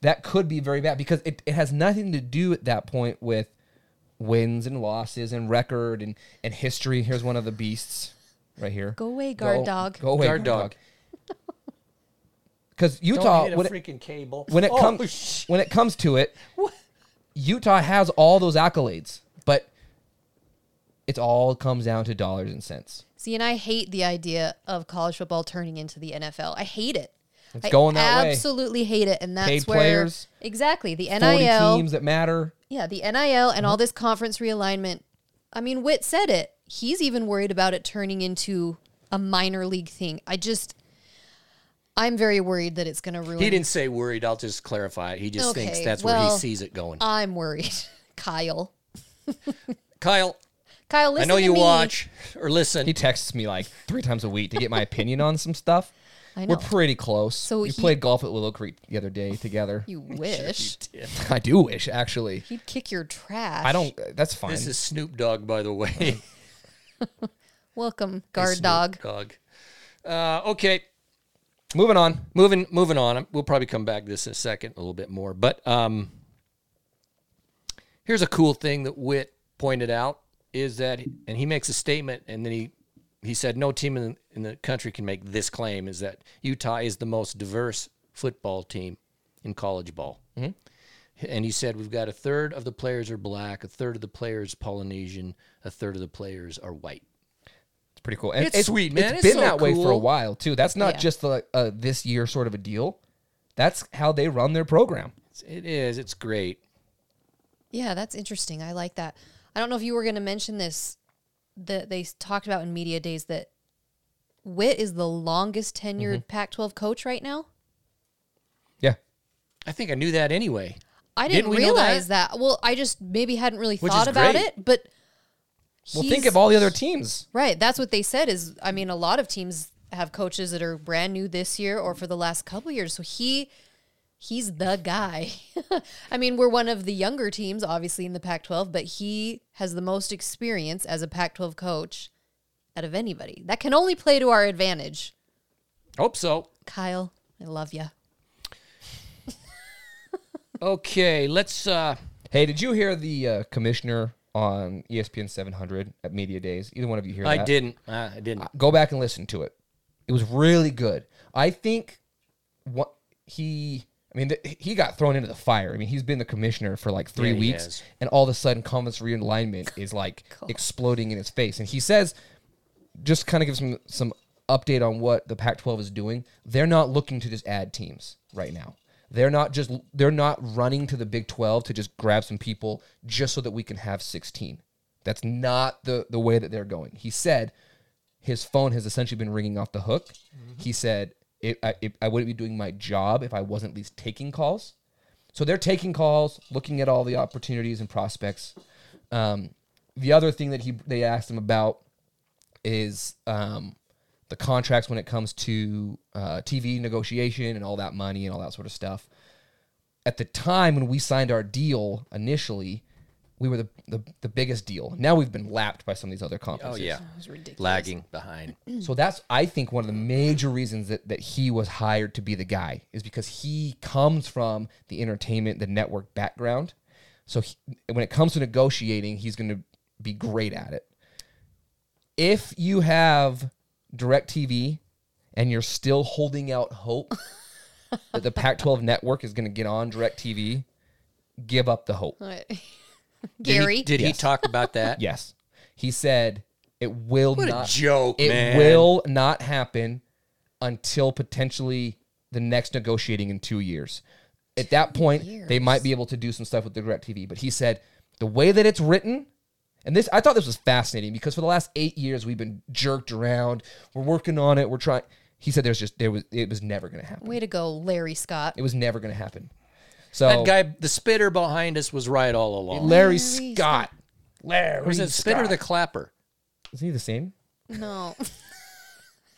[SPEAKER 3] that could be very bad because it, it has nothing to do at that point with wins and losses and record and, and history. Here's one of the beasts right here.
[SPEAKER 5] Go away, guard
[SPEAKER 3] Go-
[SPEAKER 5] dog.
[SPEAKER 3] Go away,
[SPEAKER 2] Guard
[SPEAKER 3] guard
[SPEAKER 2] dog.
[SPEAKER 3] dog. Because Utah, when it,
[SPEAKER 2] freaking cable.
[SPEAKER 3] when it
[SPEAKER 2] Oh,
[SPEAKER 3] comes
[SPEAKER 2] sh-
[SPEAKER 3] when it comes to it, Utah has all those accolades, but it all comes down to dollars and cents.
[SPEAKER 5] See, and I hate the idea of college football turning into the NFL. I hate it. It's
[SPEAKER 3] going that way.
[SPEAKER 5] absolutely hate it, and that's
[SPEAKER 3] Paid
[SPEAKER 5] where
[SPEAKER 3] players,
[SPEAKER 5] exactly the
[SPEAKER 3] Forty
[SPEAKER 5] NIL.
[SPEAKER 3] teams Mm-hmm. that matter.
[SPEAKER 5] Yeah, the NIL and all this conference realignment. I mean, Witt said it. He's even worried about it turning into a minor league thing. I just, I'm very worried that it's going to ruin.
[SPEAKER 2] he didn't say worried. I'll just clarify. it. He just thinks
[SPEAKER 5] Okay,
[SPEAKER 2] that's where he
[SPEAKER 5] well, uh,
[SPEAKER 2] sees it going.
[SPEAKER 5] I'm worried, Kyle.
[SPEAKER 2] Kyle,
[SPEAKER 5] Kyle, listen
[SPEAKER 2] I know
[SPEAKER 5] to
[SPEAKER 2] you
[SPEAKER 5] me.
[SPEAKER 2] watch or listen.
[SPEAKER 3] He texts me like three times a week to get my opinion on some stuff.
[SPEAKER 5] I
[SPEAKER 3] We're
[SPEAKER 5] know.
[SPEAKER 3] pretty close. So
[SPEAKER 5] So
[SPEAKER 3] we
[SPEAKER 5] he-
[SPEAKER 3] played golf at Willow Creek the other day together.
[SPEAKER 5] You wish
[SPEAKER 3] I do wish, actually.
[SPEAKER 5] he'd kick your trash.
[SPEAKER 3] I don't. uh, That's fine.
[SPEAKER 2] This is Snoop Dogg, by the way.
[SPEAKER 5] Welcome, guard
[SPEAKER 2] Snoop
[SPEAKER 5] dog.
[SPEAKER 2] Dogg. Uh, okay,
[SPEAKER 3] Moving on.
[SPEAKER 2] moving moving on. We'll probably come back to this in a second, a little bit more. But um, here's a cool thing that Witt pointed out is that, and he makes a statement, and then he he said no team in, in the country can make this claim is that Utah is the most diverse football team in college ball. Mm-hmm. And he said we've got a third of the players are black, a third of the players Polynesian, a third of the players are white.
[SPEAKER 3] It's pretty cool. And
[SPEAKER 2] It's sweet, man. It's
[SPEAKER 3] been
[SPEAKER 2] so
[SPEAKER 3] that way for a
[SPEAKER 2] cool.
[SPEAKER 3] while too. That's not
[SPEAKER 5] Yeah.
[SPEAKER 3] just the uh, this year sort of a deal. That's how they run their program.
[SPEAKER 2] It is. It's great.
[SPEAKER 5] Yeah, that's interesting. I like that. I don't know if you were going to mention this that they s- talked about in media days that Witt is the longest tenured
[SPEAKER 2] Mm-hmm.
[SPEAKER 5] Pac-12 coach right now.
[SPEAKER 3] Yeah.
[SPEAKER 2] I think I knew that anyway.
[SPEAKER 5] I
[SPEAKER 2] Didn't
[SPEAKER 5] didn't,
[SPEAKER 2] we know
[SPEAKER 5] realize that? Well, I just maybe hadn't really
[SPEAKER 2] Which
[SPEAKER 5] thought
[SPEAKER 2] is
[SPEAKER 5] about
[SPEAKER 2] great.
[SPEAKER 5] it, but
[SPEAKER 3] Well,
[SPEAKER 5] he's-
[SPEAKER 3] think of all the other teams.
[SPEAKER 5] right. That's what they said. Is I mean, a lot of teams have coaches that are brand new this year or for the last couple years. So he he's the guy. I mean, we're one of the younger teams, obviously in the Pac-12, but he has the most experience as a Pac-12 coach out of anybody. That can only play to our advantage.
[SPEAKER 2] Hope so.
[SPEAKER 5] Kyle, I love you.
[SPEAKER 2] Okay, let's. uh
[SPEAKER 3] Hey, did you hear the uh, commissioner on E ESPN 700 at media days? Either one of you hear
[SPEAKER 2] I
[SPEAKER 3] that? Ah,
[SPEAKER 2] didn't. Uh, I didn't.
[SPEAKER 3] go back and listen to it. It was really good. I think what he, I mean, th- he got thrown into the fire. I mean, he's been the commissioner for like three
[SPEAKER 2] Yeah, he
[SPEAKER 3] weeks,
[SPEAKER 2] has.
[SPEAKER 3] and all of a sudden, conference realignment is like exploding in his face. And he says, just kind of gives some some update on what the Pac-12 is doing. They're not looking to just add teams right now. They're not just they're not running to the Big 12 to just grab some people just so that we can have 16. That's not the the way that they're going. He said his phone has essentially been ringing off the hook. He said it, I, it, I wouldn't be doing my job if I wasn't at least taking calls. So they're taking calls, looking at all the opportunities and prospects. Um, the other thing that he they asked him about is um, the contracts when it comes to uh, TV negotiation and all that money and all that sort of stuff. At the time when we signed our deal initially, we were the, the, the biggest deal. Now we've been lapped by some of these other
[SPEAKER 2] Oh
[SPEAKER 3] conferences.
[SPEAKER 2] yeah,
[SPEAKER 5] was ridiculous.
[SPEAKER 2] lagging behind.
[SPEAKER 3] So that's I think one of the major reasons that, that he was hired to be the guy is because he comes from the entertainment, the network background. So he, when it comes to negotiating, he's going to be great at it. If you have DirecTV and you're still holding out hope that the Pac-12 network is going to get on DirecTV, give up the hope.
[SPEAKER 5] Gary,
[SPEAKER 2] Did he
[SPEAKER 3] Yes.
[SPEAKER 2] talk about that?
[SPEAKER 3] Yes. He said it will
[SPEAKER 2] What
[SPEAKER 3] not
[SPEAKER 2] a joke,
[SPEAKER 3] it
[SPEAKER 2] man.
[SPEAKER 3] will not happen until potentially the next negotiating in two years. At that point, they might be able to do some stuff with the DirecTV. But he said the way that it's written, and this I thought this was fascinating because for the last eight years we've been jerked around. We're working on it. We're trying. He said there's just there was it was never going to happen.
[SPEAKER 5] way to go, Larry Scott.
[SPEAKER 3] It was never going to happen. So
[SPEAKER 2] That guy, the spitter behind us, was right all along.
[SPEAKER 3] Larry
[SPEAKER 5] Scott.
[SPEAKER 3] Scott, Larry
[SPEAKER 2] Was it spitter or
[SPEAKER 3] Scott.
[SPEAKER 2] the clapper?
[SPEAKER 3] is he the same?
[SPEAKER 5] No.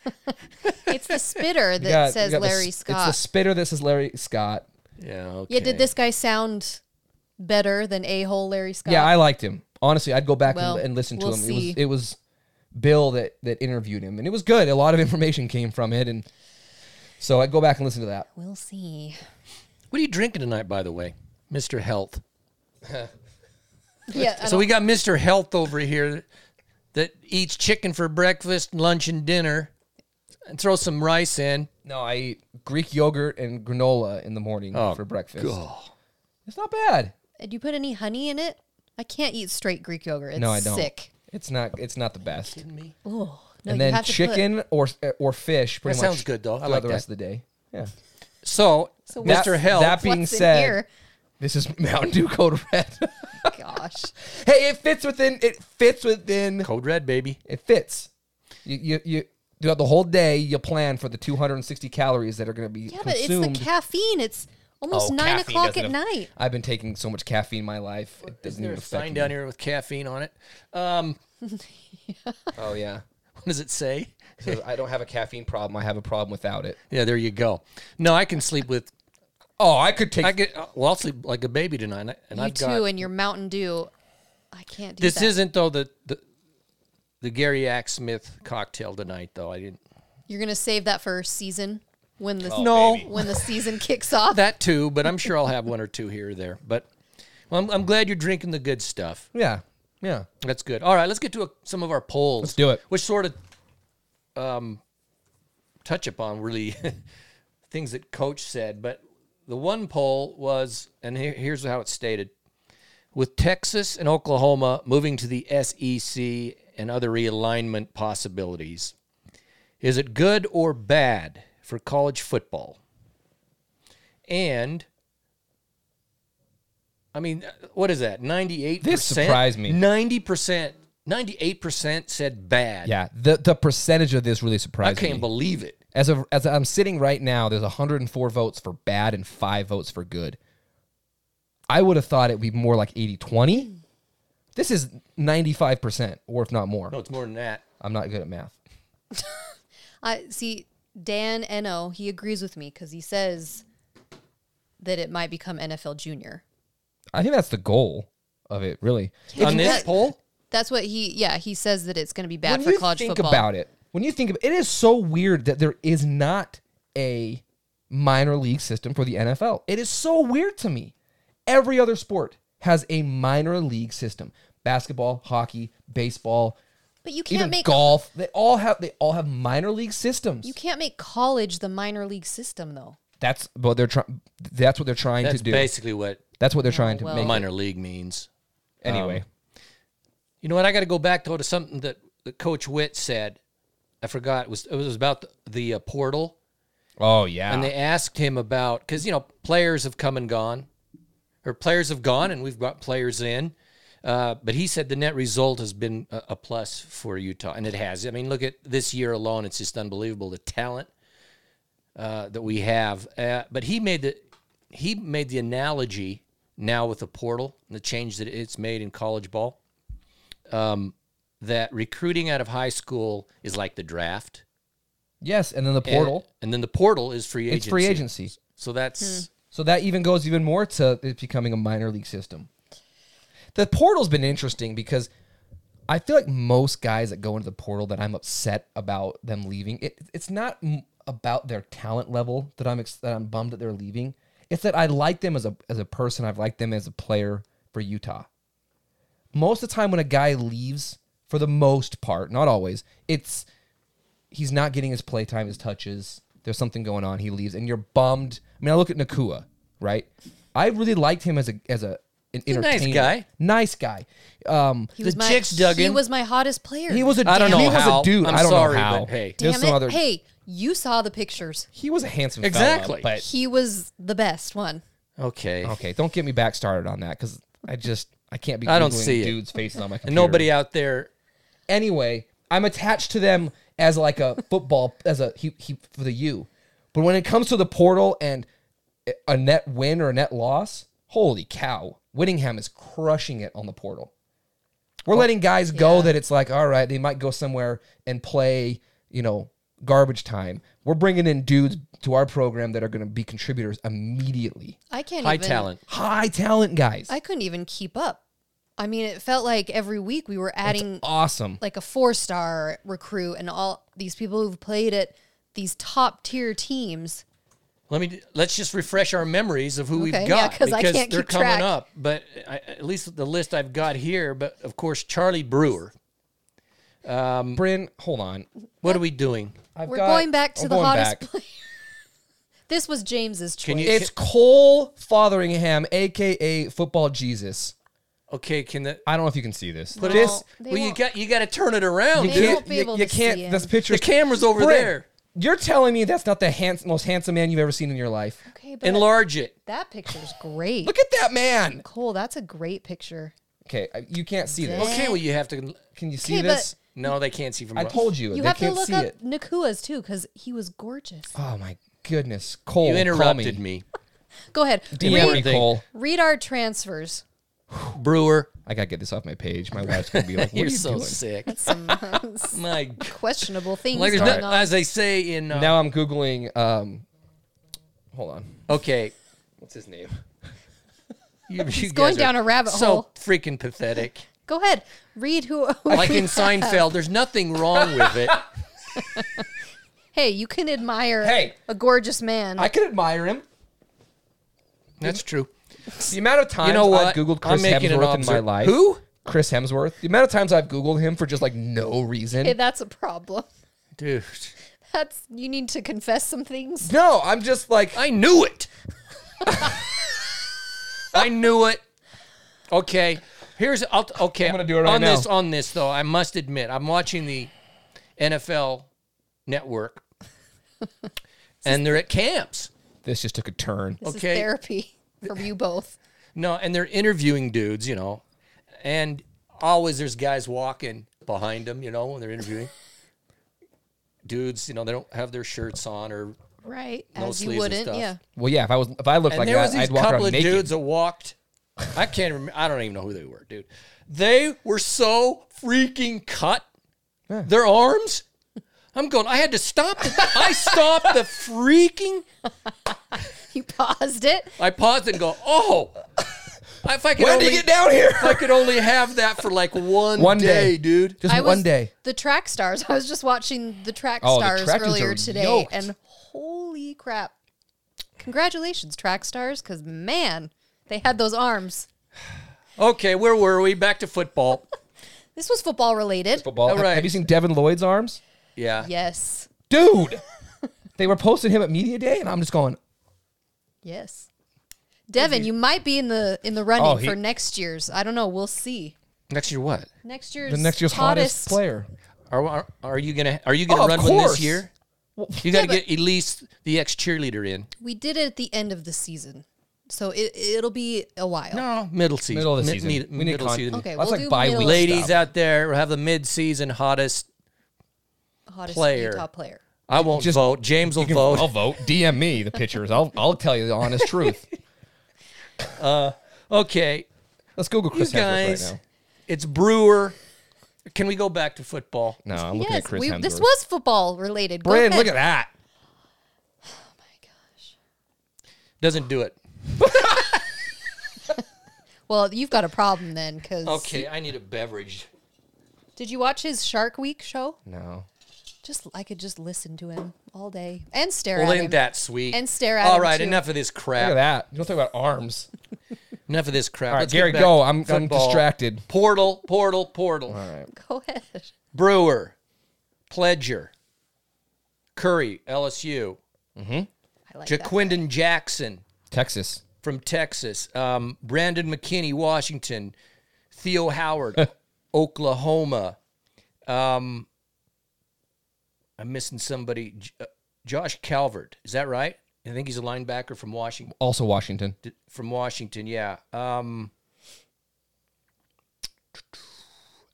[SPEAKER 5] it's the spitter that
[SPEAKER 3] You got- you
[SPEAKER 5] says
[SPEAKER 3] got the
[SPEAKER 5] Larry
[SPEAKER 3] s- It's
[SPEAKER 5] Scott.
[SPEAKER 3] the spitter that says Larry Scott.
[SPEAKER 2] Yeah. Okay.
[SPEAKER 5] yeah, did this guy sound better than a hole Larry Scott?
[SPEAKER 3] Yeah, I liked him. honestly, I'd go back
[SPEAKER 5] Well,
[SPEAKER 3] and, and listen
[SPEAKER 5] we'll
[SPEAKER 3] to him.
[SPEAKER 5] see.
[SPEAKER 3] It was it was Bill that that interviewed him, and it was good. A lot of information came from it, and so I'd go back and listen to that.
[SPEAKER 5] We'll see.
[SPEAKER 2] What are you drinking tonight, by the way, Mister Health?
[SPEAKER 5] Yeah.
[SPEAKER 2] So we got Mister Health over here that eats chicken for breakfast, lunch, and dinner, and throw some rice in.
[SPEAKER 3] No, I eat Greek yogurt and granola in the morning
[SPEAKER 2] Oh,
[SPEAKER 3] for breakfast.
[SPEAKER 2] God.
[SPEAKER 3] It's not bad.
[SPEAKER 5] Did you put any honey in it? I can't eat straight Greek yogurt. It's
[SPEAKER 3] No, I don't.
[SPEAKER 5] sick.
[SPEAKER 3] It's not. It's not the best.
[SPEAKER 5] Oh, no,
[SPEAKER 3] and
[SPEAKER 5] you
[SPEAKER 3] then
[SPEAKER 5] have to put-
[SPEAKER 3] chicken or or fish. Pretty
[SPEAKER 2] That
[SPEAKER 3] much
[SPEAKER 2] sounds good, though. I
[SPEAKER 3] throughout
[SPEAKER 2] like
[SPEAKER 3] the
[SPEAKER 2] that.
[SPEAKER 3] rest of the day. Yeah.
[SPEAKER 2] So,
[SPEAKER 3] That-
[SPEAKER 2] Mister Health,
[SPEAKER 3] That being
[SPEAKER 5] What's in
[SPEAKER 3] said,
[SPEAKER 5] here?
[SPEAKER 3] this is Mountain Dew Code Red.
[SPEAKER 5] Gosh.
[SPEAKER 3] hey, it fits within. It fits within.
[SPEAKER 2] code red, baby.
[SPEAKER 3] It fits. You you you throughout the whole day you'll plan for the 260 calories that are going to be
[SPEAKER 5] Yeah, but it's
[SPEAKER 3] consumed.
[SPEAKER 5] the caffeine. It's almost
[SPEAKER 3] Oh,
[SPEAKER 5] nine
[SPEAKER 3] caffeine
[SPEAKER 5] o'clock
[SPEAKER 3] doesn't
[SPEAKER 5] at
[SPEAKER 3] aff-
[SPEAKER 5] night.
[SPEAKER 3] I've been taking so much caffeine in my life. It
[SPEAKER 2] Isn't
[SPEAKER 3] doesn't
[SPEAKER 2] there a
[SPEAKER 3] even affect
[SPEAKER 2] sign
[SPEAKER 3] me.
[SPEAKER 2] down here with caffeine on it? Um,
[SPEAKER 3] Oh yeah.
[SPEAKER 2] what does it say?
[SPEAKER 3] So I don't have a caffeine problem. I have a problem without it.
[SPEAKER 2] Yeah, there you go. No, I can sleep with.
[SPEAKER 3] Oh, I could take.
[SPEAKER 2] I get. Well, I'll sleep like a baby tonight, and I- and
[SPEAKER 5] You
[SPEAKER 2] I've
[SPEAKER 5] too,
[SPEAKER 2] got.
[SPEAKER 5] and your Mountain Dew. I can't do
[SPEAKER 2] this
[SPEAKER 5] that.
[SPEAKER 2] isn't though the, the the Gary Axe Smith cocktail tonight though. I didn't.
[SPEAKER 5] You're gonna save that for season when the
[SPEAKER 2] No. baby.
[SPEAKER 5] when the season kicks off.
[SPEAKER 2] that too, but I'm sure I'll have one or two here or there. But well, I'm, I'm glad you're drinking the good stuff.
[SPEAKER 3] yeah. Yeah.
[SPEAKER 2] That's good. All right, let's get to a, some of our polls.
[SPEAKER 3] Let's do it.
[SPEAKER 2] Which sort of um, touch upon really things that Coach said. But the one poll was, and here, here's how it's stated with Texas and Oklahoma moving to the SEC and other realignment possibilities, is it good or bad for college football? And I mean, what is that? 98%?
[SPEAKER 3] This surprised me.
[SPEAKER 2] 90%, 98% said bad.
[SPEAKER 3] Yeah. The the percentage of this really
[SPEAKER 2] I
[SPEAKER 3] surprised me.
[SPEAKER 2] can't believe it.
[SPEAKER 3] As of as I'm sitting right now, there's 104 votes for bad and five votes for good. I would have thought it'd be more like 80 20. This is 95%, or if not more.
[SPEAKER 2] No, it's more than that.
[SPEAKER 3] I'm not good at math.
[SPEAKER 5] I see Dan Eno, he agrees with me because he says that it might become NFL junior.
[SPEAKER 3] I think that's the goal of it, really.
[SPEAKER 2] On
[SPEAKER 5] you
[SPEAKER 2] this
[SPEAKER 5] got-
[SPEAKER 2] poll?
[SPEAKER 5] That's what he yeah, he says that it's gonna be bad
[SPEAKER 3] When
[SPEAKER 5] for
[SPEAKER 3] you
[SPEAKER 5] college
[SPEAKER 3] think
[SPEAKER 5] football.
[SPEAKER 3] about it, when you think about it is so weird that there is not a minor league system for the NFL. It is so weird to me. Every other sport has a minor league system. Basketball, hockey, baseball,
[SPEAKER 5] But you can't
[SPEAKER 3] even
[SPEAKER 5] make
[SPEAKER 3] golf. They all have they all have minor league systems.
[SPEAKER 5] you can't make college the minor league system though.
[SPEAKER 3] that's what they're trying. That's what they're trying
[SPEAKER 2] That's
[SPEAKER 3] to do.
[SPEAKER 2] basically what
[SPEAKER 3] That's what they're trying to
[SPEAKER 5] Oh, well.
[SPEAKER 3] make. it.
[SPEAKER 2] minor league means.
[SPEAKER 3] Anyway,
[SPEAKER 2] um, You know what? I got to go back though to something that, that Coach Witt said. I forgot. It was it was about the, the uh, portal,
[SPEAKER 3] oh yeah,
[SPEAKER 2] and they asked him about because you know players have come and gone, or players have gone, and we've got players in. Uh, but he said the net result has been a, a plus for Utah, and it has. I mean, look at this year alone; it's just unbelievable the talent uh, that we have. Uh, but he made the he made the analogy now with the portal and the change that it's made in college ball um, that recruiting out of high school is like the draft
[SPEAKER 3] yes, and then the
[SPEAKER 2] And-
[SPEAKER 3] portal.
[SPEAKER 2] and, then the portal is free agency.
[SPEAKER 3] It's free agency.
[SPEAKER 2] So that's
[SPEAKER 3] So that even goes even more to it becoming a minor league system. The portal's been interesting because I feel like most guys that go into the portal that I'm upset about them leaving, it, it's not m- about their talent level that I'm ex- that I'm bummed that they're leaving. It's that I like them as a as a person. I've liked them as a player for Utah. Most of the time when a guy leaves, for the most part, not always, it's he's not getting his playtime, his touches. There's something going on. He leaves, and you're bummed. I mean, I look at Nakua, right? I really liked him as a as a an
[SPEAKER 2] a nice
[SPEAKER 3] entertainer.
[SPEAKER 2] guy.
[SPEAKER 3] Nice guy. Um,
[SPEAKER 5] He
[SPEAKER 2] The
[SPEAKER 5] was my
[SPEAKER 2] chicks dug
[SPEAKER 5] he
[SPEAKER 2] in.
[SPEAKER 5] was my hottest player.
[SPEAKER 3] he was a
[SPEAKER 2] I don't know
[SPEAKER 3] he was
[SPEAKER 2] how.
[SPEAKER 3] a dude.
[SPEAKER 2] I'm
[SPEAKER 3] I do not
[SPEAKER 2] sorry,
[SPEAKER 3] know how.
[SPEAKER 2] but hey.
[SPEAKER 5] Damn
[SPEAKER 3] There's some
[SPEAKER 5] it.
[SPEAKER 3] other.
[SPEAKER 5] Hey, you saw the pictures.
[SPEAKER 3] He was a handsome
[SPEAKER 2] Exactly.
[SPEAKER 3] fella,
[SPEAKER 5] He was the best one.
[SPEAKER 3] Hmm.
[SPEAKER 2] okay.
[SPEAKER 3] but okay, don't get me back started on that because I just I can't be.
[SPEAKER 2] I don't
[SPEAKER 3] Googling
[SPEAKER 2] see it.
[SPEAKER 3] dudes' faces on my computer.
[SPEAKER 2] And nobody out there.
[SPEAKER 3] Anyway, I'm attached to them as like a football as a he, he for the U, but when it comes to the portal and a net win or a net loss, holy cow! Whittingham is crushing it on the portal. We're
[SPEAKER 5] Oh,
[SPEAKER 3] letting guys go that it's like, all right, they might go somewhere and play, you know, garbage time. We're bringing in dudes to our program that are going to be contributors immediately.
[SPEAKER 5] I can't
[SPEAKER 2] High
[SPEAKER 5] even
[SPEAKER 2] talent.
[SPEAKER 3] High talent guys.
[SPEAKER 5] I couldn't even keep up I mean, it felt like every week we were adding
[SPEAKER 3] Awesome.
[SPEAKER 5] like a four star recruit and all these people who've played at these top tier teams.
[SPEAKER 2] Let me let's just refresh our memories of who
[SPEAKER 5] Okay,
[SPEAKER 2] we've
[SPEAKER 5] yeah,
[SPEAKER 2] got
[SPEAKER 5] 'cause I
[SPEAKER 2] because
[SPEAKER 5] can't
[SPEAKER 2] they're
[SPEAKER 5] keep
[SPEAKER 2] coming
[SPEAKER 5] track.
[SPEAKER 2] up. But I, at least the list I've got here. But of course, Charlie Brewer.
[SPEAKER 3] Bryn, hold on.
[SPEAKER 2] What are we doing?
[SPEAKER 3] I've
[SPEAKER 5] We're
[SPEAKER 3] got-
[SPEAKER 5] going back to
[SPEAKER 3] I'm
[SPEAKER 5] the
[SPEAKER 3] going
[SPEAKER 5] hottest
[SPEAKER 3] back.
[SPEAKER 5] player. this was James's choice.
[SPEAKER 2] Can you-
[SPEAKER 3] It's Cole Fotheringham, aka Football Jesus.
[SPEAKER 2] Okay, can that
[SPEAKER 3] I don't know if you can see this.
[SPEAKER 5] No,
[SPEAKER 3] this
[SPEAKER 5] they
[SPEAKER 2] well you
[SPEAKER 5] won't-
[SPEAKER 2] got you got to turn it around.
[SPEAKER 5] They
[SPEAKER 2] dude.
[SPEAKER 5] won't be able to see
[SPEAKER 3] can't.
[SPEAKER 5] him.
[SPEAKER 3] This picture.
[SPEAKER 2] The camera's over
[SPEAKER 3] Bryn,
[SPEAKER 2] there.
[SPEAKER 3] You're telling me that's not the hands- most handsome man you've ever seen in your life?
[SPEAKER 5] okay, but
[SPEAKER 2] Enlarge it.
[SPEAKER 5] that picture's great.
[SPEAKER 3] Look at that man.
[SPEAKER 5] Cole, that's a great picture.
[SPEAKER 3] Okay, I- you can't see this.
[SPEAKER 2] Okay, well you have
[SPEAKER 5] Eh.
[SPEAKER 2] to.
[SPEAKER 3] Can you see
[SPEAKER 5] Okay, but-
[SPEAKER 3] this?
[SPEAKER 2] No, they can't see from.
[SPEAKER 3] I
[SPEAKER 2] up.
[SPEAKER 3] told you,
[SPEAKER 5] You
[SPEAKER 3] they
[SPEAKER 5] have to
[SPEAKER 3] can't
[SPEAKER 5] look
[SPEAKER 3] see
[SPEAKER 5] up
[SPEAKER 3] it.
[SPEAKER 5] Nakua's too, because he was gorgeous.
[SPEAKER 3] Oh my goodness, Cole,
[SPEAKER 2] You interrupted
[SPEAKER 3] oh, call
[SPEAKER 2] me.
[SPEAKER 3] me.
[SPEAKER 5] Go ahead.
[SPEAKER 3] DM me,
[SPEAKER 5] read,
[SPEAKER 2] thing.
[SPEAKER 3] Cole.
[SPEAKER 5] read our transfers.
[SPEAKER 2] Brewer,
[SPEAKER 3] I gotta get this off my page. My wife's gonna be like, "What are
[SPEAKER 2] you're
[SPEAKER 3] you
[SPEAKER 2] so
[SPEAKER 3] doing?"
[SPEAKER 2] sick.
[SPEAKER 5] Some
[SPEAKER 2] My God.
[SPEAKER 5] questionable things
[SPEAKER 2] Like, there's
[SPEAKER 5] going
[SPEAKER 2] no-
[SPEAKER 5] on.
[SPEAKER 2] as they say in uh,
[SPEAKER 3] Now I'm googling. Um, hold on.
[SPEAKER 2] okay,
[SPEAKER 3] What's his name?
[SPEAKER 2] you, you
[SPEAKER 5] going
[SPEAKER 2] guys are
[SPEAKER 5] down a rabbit
[SPEAKER 2] so
[SPEAKER 5] hole.
[SPEAKER 2] freaking pathetic.
[SPEAKER 5] Go ahead. Read who.
[SPEAKER 2] Like in Seinfeld, there's nothing wrong with it.
[SPEAKER 5] hey, you can admire
[SPEAKER 3] Hey.
[SPEAKER 5] a gorgeous man.
[SPEAKER 3] I can admire him.
[SPEAKER 2] That's true.
[SPEAKER 3] The amount of times
[SPEAKER 2] You know what?
[SPEAKER 3] I've googled
[SPEAKER 2] I'm
[SPEAKER 3] Chris
[SPEAKER 2] making an
[SPEAKER 3] Hemsworth in my
[SPEAKER 2] obser-
[SPEAKER 3] life.
[SPEAKER 2] Who?
[SPEAKER 3] Chris Hemsworth. The amount of times I've googled him for just like no reason.
[SPEAKER 5] Hey, that's a problem.
[SPEAKER 2] Dude,
[SPEAKER 5] That's you need to confess some things.
[SPEAKER 3] no, I'm just like
[SPEAKER 2] I knew it. I knew it. Okay, here's I'll, okay.
[SPEAKER 3] I'm gonna do it right
[SPEAKER 2] on this.
[SPEAKER 3] now.
[SPEAKER 2] On this though, I must admit, I'm watching the NFL Network, and they're at camps.
[SPEAKER 3] this just took a turn.
[SPEAKER 5] This
[SPEAKER 2] Okay.
[SPEAKER 5] is therapy for you both.
[SPEAKER 2] No, and they're interviewing dudes, you know, and always there's guys walking behind them, you know, when they're interviewing. dudes, you know, they don't have their shirts on or
[SPEAKER 5] Right.
[SPEAKER 2] No
[SPEAKER 5] As
[SPEAKER 2] sleeves
[SPEAKER 5] you
[SPEAKER 2] and
[SPEAKER 5] wouldn't,
[SPEAKER 2] stuff.
[SPEAKER 5] yeah.
[SPEAKER 3] Well, yeah, if I was if I looked
[SPEAKER 2] and
[SPEAKER 3] like
[SPEAKER 2] there was
[SPEAKER 3] that,
[SPEAKER 2] these
[SPEAKER 3] I'd walk
[SPEAKER 2] couple
[SPEAKER 3] around
[SPEAKER 2] of
[SPEAKER 3] naked.
[SPEAKER 2] dudes that walked. I can't remember. I don't even know who they were, dude. They were so freaking cut. Their arms. I'm going. I had to stop. The, I stopped the freaking.
[SPEAKER 5] You paused it.
[SPEAKER 2] I paused and go. Oh, if I could
[SPEAKER 3] when
[SPEAKER 2] only
[SPEAKER 3] did you get down here?
[SPEAKER 2] if I could only have that for like one
[SPEAKER 3] One
[SPEAKER 2] day,
[SPEAKER 3] day.
[SPEAKER 2] dude.
[SPEAKER 3] just
[SPEAKER 5] I was,
[SPEAKER 3] one day.
[SPEAKER 5] The track stars. I was just watching the track
[SPEAKER 3] Oh, the
[SPEAKER 5] stars
[SPEAKER 3] track dudes
[SPEAKER 5] earlier
[SPEAKER 3] are
[SPEAKER 5] today,
[SPEAKER 3] yoked.
[SPEAKER 5] and holy crap! Congratulations, track stars, because man, they had those arms.
[SPEAKER 2] Okay, where were we? Back to football.
[SPEAKER 5] This was football related.
[SPEAKER 3] Football.
[SPEAKER 2] All right.
[SPEAKER 3] Have you seen Devin Lloyd's arms?
[SPEAKER 2] Yeah.
[SPEAKER 5] Yes.
[SPEAKER 3] Dude. they were posting him at media day and I'm just going,
[SPEAKER 5] Yes. Devin, you might be in the in the running
[SPEAKER 3] Oh, he-
[SPEAKER 5] for next year's. I don't know. We'll see.
[SPEAKER 2] Next year, what?
[SPEAKER 5] Next year's
[SPEAKER 3] the next year's hottest,
[SPEAKER 5] hottest
[SPEAKER 3] player.
[SPEAKER 2] Are, are, are you gonna Are you gonna
[SPEAKER 3] Oh, of
[SPEAKER 2] run one this
[SPEAKER 3] course.
[SPEAKER 2] year? You got to
[SPEAKER 5] Yeah, but-
[SPEAKER 2] get at least the ex cheerleader in.
[SPEAKER 5] We did it at the end of the season, so it it'll be a while.
[SPEAKER 2] No, Oh, middle season.
[SPEAKER 3] Middle of the
[SPEAKER 2] Mi-
[SPEAKER 3] season.
[SPEAKER 2] mi-
[SPEAKER 3] we need
[SPEAKER 2] middle
[SPEAKER 3] con-
[SPEAKER 2] season.
[SPEAKER 5] Okay,
[SPEAKER 3] That's
[SPEAKER 5] we'll do
[SPEAKER 3] like bi
[SPEAKER 5] middle.
[SPEAKER 3] week.
[SPEAKER 2] Ladies out there, have the mid-season hottest.
[SPEAKER 5] Hottest
[SPEAKER 2] Player.
[SPEAKER 5] Utah player.
[SPEAKER 2] I won't
[SPEAKER 3] Just-
[SPEAKER 2] vote. James will vote.
[SPEAKER 3] I'll vote. DM me the pictures. I'll I'll tell you the honest truth.
[SPEAKER 2] Okay,
[SPEAKER 3] Let's Google
[SPEAKER 2] you
[SPEAKER 3] Chris Hemsworth
[SPEAKER 2] guys,
[SPEAKER 3] right
[SPEAKER 2] it's Brewer. Can we go back to football?
[SPEAKER 3] now. No, I'm looking
[SPEAKER 5] yes,
[SPEAKER 3] at Chris
[SPEAKER 5] we,
[SPEAKER 3] Hemsworth.
[SPEAKER 5] this was football related. Go
[SPEAKER 3] Bryn,
[SPEAKER 5] ahead.
[SPEAKER 3] look at that.
[SPEAKER 2] Doesn't do it.
[SPEAKER 5] Well, you've got a problem then, because
[SPEAKER 2] Okay, I need a beverage.
[SPEAKER 5] Did you watch his Shark Week show?
[SPEAKER 3] No.
[SPEAKER 5] Just I could just listen to him all day and stare
[SPEAKER 2] Well,
[SPEAKER 5] at him.
[SPEAKER 2] ain't that sweet?
[SPEAKER 5] And stare at
[SPEAKER 2] All
[SPEAKER 5] him,
[SPEAKER 2] right,
[SPEAKER 5] too.
[SPEAKER 2] enough of this
[SPEAKER 3] Look at
[SPEAKER 2] crap.
[SPEAKER 3] that. You don't talk about arms.
[SPEAKER 2] Enough of this crap.
[SPEAKER 3] All right,
[SPEAKER 2] Let's get
[SPEAKER 3] Gary,
[SPEAKER 2] back
[SPEAKER 3] go.
[SPEAKER 2] to
[SPEAKER 3] I'm, I'm
[SPEAKER 2] football.
[SPEAKER 3] distracted.
[SPEAKER 2] Portal, portal, portal.
[SPEAKER 5] Go ahead.
[SPEAKER 2] Brewer, Pledger, Curry, LSU,
[SPEAKER 5] I like that.
[SPEAKER 2] Jaquindon Jackson
[SPEAKER 3] Texas.
[SPEAKER 2] from Texas, um, Brandon McKinney, Washington, Theo Howard, Oklahoma. Um, I'm missing somebody. J- uh, Josh Calvert, is that right? I think he's a linebacker from Washington.
[SPEAKER 3] Also Washington.
[SPEAKER 2] From Washington, yeah. Um,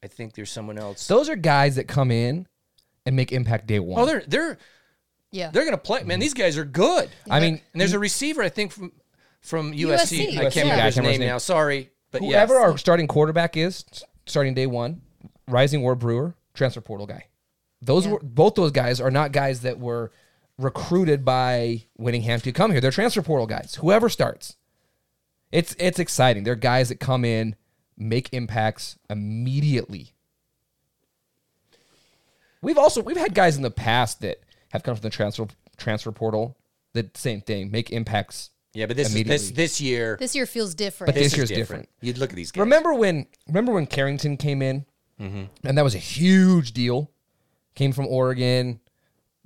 [SPEAKER 2] I think there's someone else.
[SPEAKER 3] Those are guys that come in and make impact day one.
[SPEAKER 2] Oh, they're they're
[SPEAKER 5] Yeah.
[SPEAKER 2] they're gonna play. Man, these guys are good.
[SPEAKER 3] I mean,
[SPEAKER 2] And there's a receiver, I think, from from USC.
[SPEAKER 5] USC,
[SPEAKER 2] I can't
[SPEAKER 5] yeah.
[SPEAKER 2] remember
[SPEAKER 5] Yeah, I
[SPEAKER 2] his
[SPEAKER 3] can't remember
[SPEAKER 2] name
[SPEAKER 3] his name.
[SPEAKER 2] now. Sorry, but yeah,
[SPEAKER 3] whoever our starting quarterback is, s- starting day one, Rising War Brewer, transfer portal guy. Those were both those guys are not guys that were recruited by Winningham to come here. They're transfer portal guys. Whoever starts, it's it's exciting. They're guys that come in make impacts immediately. We've also we've had guys in the past that have come from the transfer transfer portal. The same thing, make impacts.
[SPEAKER 2] Yeah, but this is, this
[SPEAKER 3] Immediately.
[SPEAKER 2] this year.
[SPEAKER 5] This year feels different.
[SPEAKER 3] But this
[SPEAKER 2] is
[SPEAKER 3] year's
[SPEAKER 2] You'd look at these guys.
[SPEAKER 3] Remember when remember when Carrington came in,
[SPEAKER 2] Mm-hmm.
[SPEAKER 3] and that was a huge deal. Came from Oregon,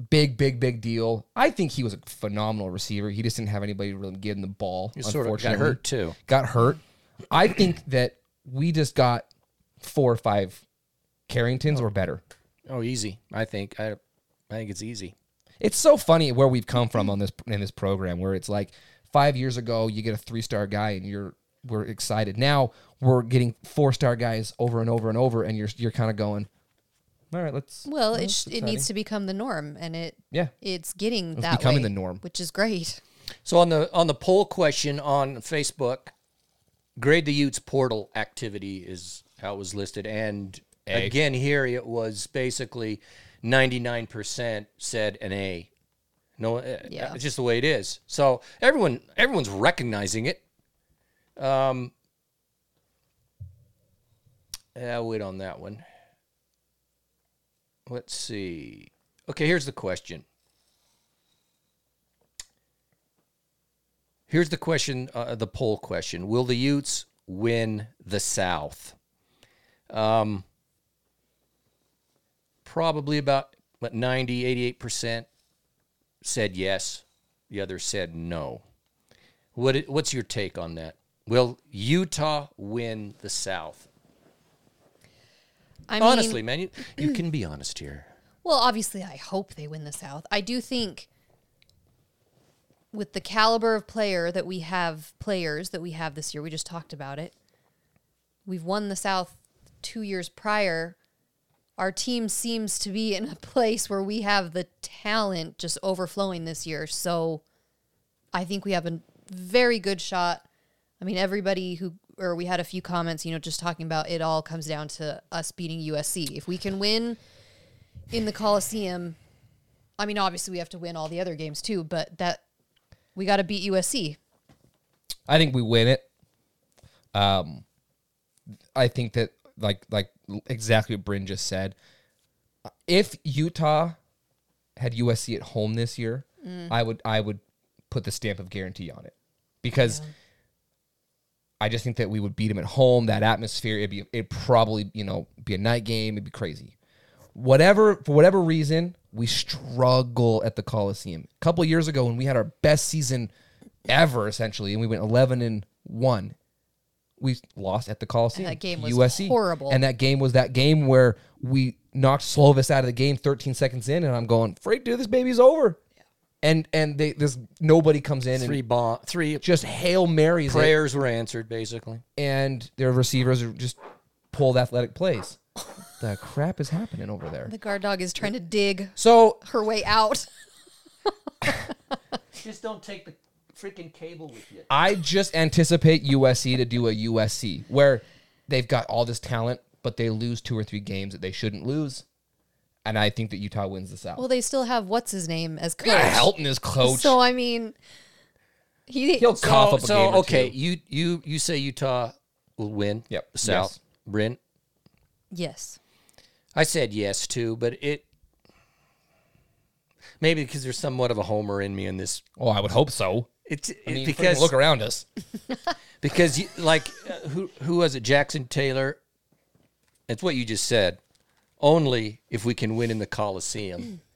[SPEAKER 3] big big big deal. I think he was a phenomenal receiver. He just didn't have anybody to really give him the ball.
[SPEAKER 2] He sort of got
[SPEAKER 3] unfortunately.
[SPEAKER 2] hurt, too.
[SPEAKER 3] Got hurt. I think that we just got four or five Carringtons or better.
[SPEAKER 2] Oh, easy. I think I, I think it's easy.
[SPEAKER 3] It's so funny where we've come from on this in this program, where it's like five years ago you get a three star guy and you're we're excited. Now we're getting four star guys over and over and over, and you're you're kind of going, all right, let's
[SPEAKER 5] well, it
[SPEAKER 3] that's
[SPEAKER 5] sh- it needs to become the norm, and it
[SPEAKER 3] yeah.
[SPEAKER 5] it's getting that
[SPEAKER 3] becoming
[SPEAKER 5] way,
[SPEAKER 3] the norm.
[SPEAKER 5] which is great.
[SPEAKER 2] So on the on the poll question on Facebook, grade the Utes portal activity is how it was listed, and again here it was basically ninety nine percent said an A. No, uh,
[SPEAKER 5] Yeah.
[SPEAKER 2] it's just the way it is. So everyone everyone's recognizing it. Um, I'll wait on that one. Let's see. Okay, here's the question. Here's the question, uh, the poll question: Will the Utes win the South? Um, probably about what 90, 88 percent said yes. The others said no. What i- what's your take on that? Will Utah win the South?
[SPEAKER 5] I
[SPEAKER 2] Honestly,
[SPEAKER 5] mean,
[SPEAKER 2] man, you, you can be honest here.
[SPEAKER 5] well, obviously, I hope they win the South. I do think with the caliber of player that we have, players that we have this year, we just talked about it. We've won the South two years prior. Our team seems to be in a place where we have the talent just overflowing this year. So I think we have a very good shot. I mean, everybody who, or we had a few comments, you know, just talking about it all comes down to us beating USC. If we can win in the Coliseum, I mean, obviously we have to win all the other games too, but that we got to beat USC.
[SPEAKER 3] I think we win it. Um, I think that like like exactly what Bryn just said. If Utah had USC at home this year,
[SPEAKER 5] Mm.
[SPEAKER 3] I would I would put the stamp of guarantee on it because I just think that we would beat them at home. That atmosphere, it'd be it probably you know be a night game. It'd be crazy. Whatever for whatever reason, we struggle at the Coliseum. A couple years ago, when we had our best season ever, essentially, and we went eleven and one, we lost at the Coliseum.
[SPEAKER 5] that game
[SPEAKER 3] to
[SPEAKER 5] was horrible.
[SPEAKER 3] and that game was that game where we knocked Slovis out of the game 13 seconds in, and I'm going, "Freight, dude, this baby's over." And and they this nobody comes in
[SPEAKER 2] Three
[SPEAKER 3] and
[SPEAKER 2] bomb, three
[SPEAKER 3] just hail marys it
[SPEAKER 2] prayers were answered, basically.
[SPEAKER 3] and their receivers are just pulled athletic plays. the crap is happening over there.
[SPEAKER 5] The guard dog is trying to dig
[SPEAKER 3] So
[SPEAKER 5] her way out.
[SPEAKER 2] Just don't take the freaking cable with you.
[SPEAKER 3] I just anticipate USC to do a USC where they've got all this talent, but they lose two or three games that they shouldn't lose. And I think that Utah wins this out.
[SPEAKER 5] Well, they still have what's his name as coach.
[SPEAKER 3] Yeah, Helton is coach.
[SPEAKER 5] So I mean, he
[SPEAKER 3] He'll cough up a
[SPEAKER 2] so
[SPEAKER 3] game or
[SPEAKER 2] okay,
[SPEAKER 3] two.
[SPEAKER 2] you you you say Utah will win.
[SPEAKER 3] Yep.
[SPEAKER 2] The South.
[SPEAKER 3] Yes.
[SPEAKER 2] Brent,
[SPEAKER 5] yes,
[SPEAKER 2] I said yes too, but it maybe because there's somewhat of a homer in me in this.
[SPEAKER 3] Oh, I would hope so.
[SPEAKER 2] It's
[SPEAKER 3] I mean,
[SPEAKER 2] because
[SPEAKER 3] because look around us.
[SPEAKER 2] because you, like uh, who who was it? Jackson Taylor. It's what you just said. Only if we can win in the Coliseum.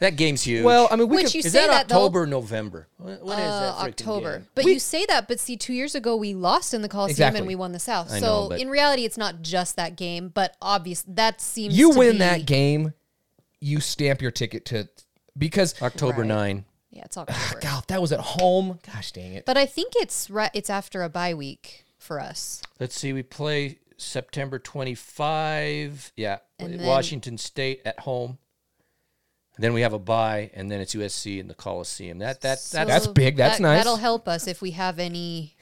[SPEAKER 2] That game's huge.
[SPEAKER 3] Well, I mean, we
[SPEAKER 5] Which
[SPEAKER 3] could,
[SPEAKER 5] you
[SPEAKER 2] is
[SPEAKER 5] say
[SPEAKER 2] that,
[SPEAKER 5] that, though-
[SPEAKER 2] October, November? What, what is
[SPEAKER 5] uh,
[SPEAKER 2] that? freaking
[SPEAKER 5] October.
[SPEAKER 2] game?
[SPEAKER 5] But you say that, but see, two years ago we lost in the Coliseum
[SPEAKER 3] Exactly.
[SPEAKER 5] and we won the South.
[SPEAKER 2] I know,
[SPEAKER 5] so
[SPEAKER 2] but-
[SPEAKER 5] in reality, it's not just that game, but obvious that seems
[SPEAKER 3] you
[SPEAKER 5] to
[SPEAKER 3] win
[SPEAKER 5] be-
[SPEAKER 3] that game, you stamp your ticket to because
[SPEAKER 2] October
[SPEAKER 5] Right.
[SPEAKER 2] nine.
[SPEAKER 5] Yeah, it's October.
[SPEAKER 3] God, that was at home. Gosh, dang it.
[SPEAKER 5] but I think it's right. It's after a bye week for us.
[SPEAKER 2] Let's see, we play September 25. Yeah,
[SPEAKER 5] And then-
[SPEAKER 2] Washington State at home. And then we have a bye, and then it's USC in the Coliseum. That that
[SPEAKER 5] So
[SPEAKER 2] that's
[SPEAKER 3] That's big. That's
[SPEAKER 5] that-
[SPEAKER 3] nice.
[SPEAKER 5] That'll help us if we have any.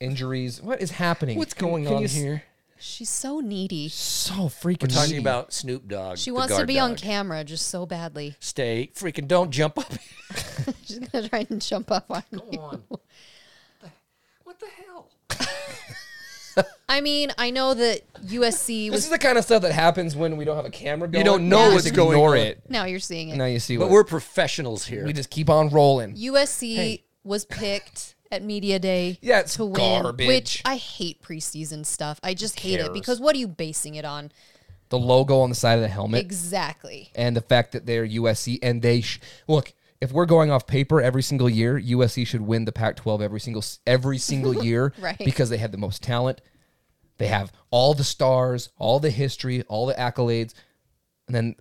[SPEAKER 3] Injuries. What is happening?
[SPEAKER 2] what's going
[SPEAKER 3] Can
[SPEAKER 2] on
[SPEAKER 3] you s-
[SPEAKER 2] here.
[SPEAKER 5] She's so needy.
[SPEAKER 3] So freaking. We're
[SPEAKER 2] Talking about Snoop Dogg.
[SPEAKER 5] She
[SPEAKER 2] the
[SPEAKER 5] wants to
[SPEAKER 2] guard
[SPEAKER 5] be on
[SPEAKER 2] dog.
[SPEAKER 5] camera just so badly.
[SPEAKER 2] Stay freaking! Don't jump up.
[SPEAKER 5] She's gonna try and jump up on you.
[SPEAKER 2] on. What the hell?
[SPEAKER 5] I mean, I know that USC
[SPEAKER 3] This
[SPEAKER 5] was.
[SPEAKER 3] is the kind of stuff that happens when we don't have a camera going.
[SPEAKER 2] don't know
[SPEAKER 3] You
[SPEAKER 5] what's
[SPEAKER 3] just
[SPEAKER 2] going
[SPEAKER 3] ignore
[SPEAKER 2] on.
[SPEAKER 3] it.
[SPEAKER 5] now you're seeing it.
[SPEAKER 3] Now you see
[SPEAKER 2] But
[SPEAKER 3] what
[SPEAKER 2] we're professionals here.
[SPEAKER 3] we just keep on rolling.
[SPEAKER 5] USC was picked at media day
[SPEAKER 3] Yeah, it's
[SPEAKER 5] to win,
[SPEAKER 3] garbage.
[SPEAKER 5] which I hate preseason stuff. I just hate
[SPEAKER 3] cares?
[SPEAKER 5] it because what are you basing it on?
[SPEAKER 3] The logo on the side of the helmet
[SPEAKER 5] Exactly.
[SPEAKER 3] and the fact that they're USC and they sh- look. If we're going off paper every single year, USC should win the Pac-12 every single s- every single year
[SPEAKER 5] Right.
[SPEAKER 3] because they have the most talent. They have all the stars, all the history, all the accolades, and then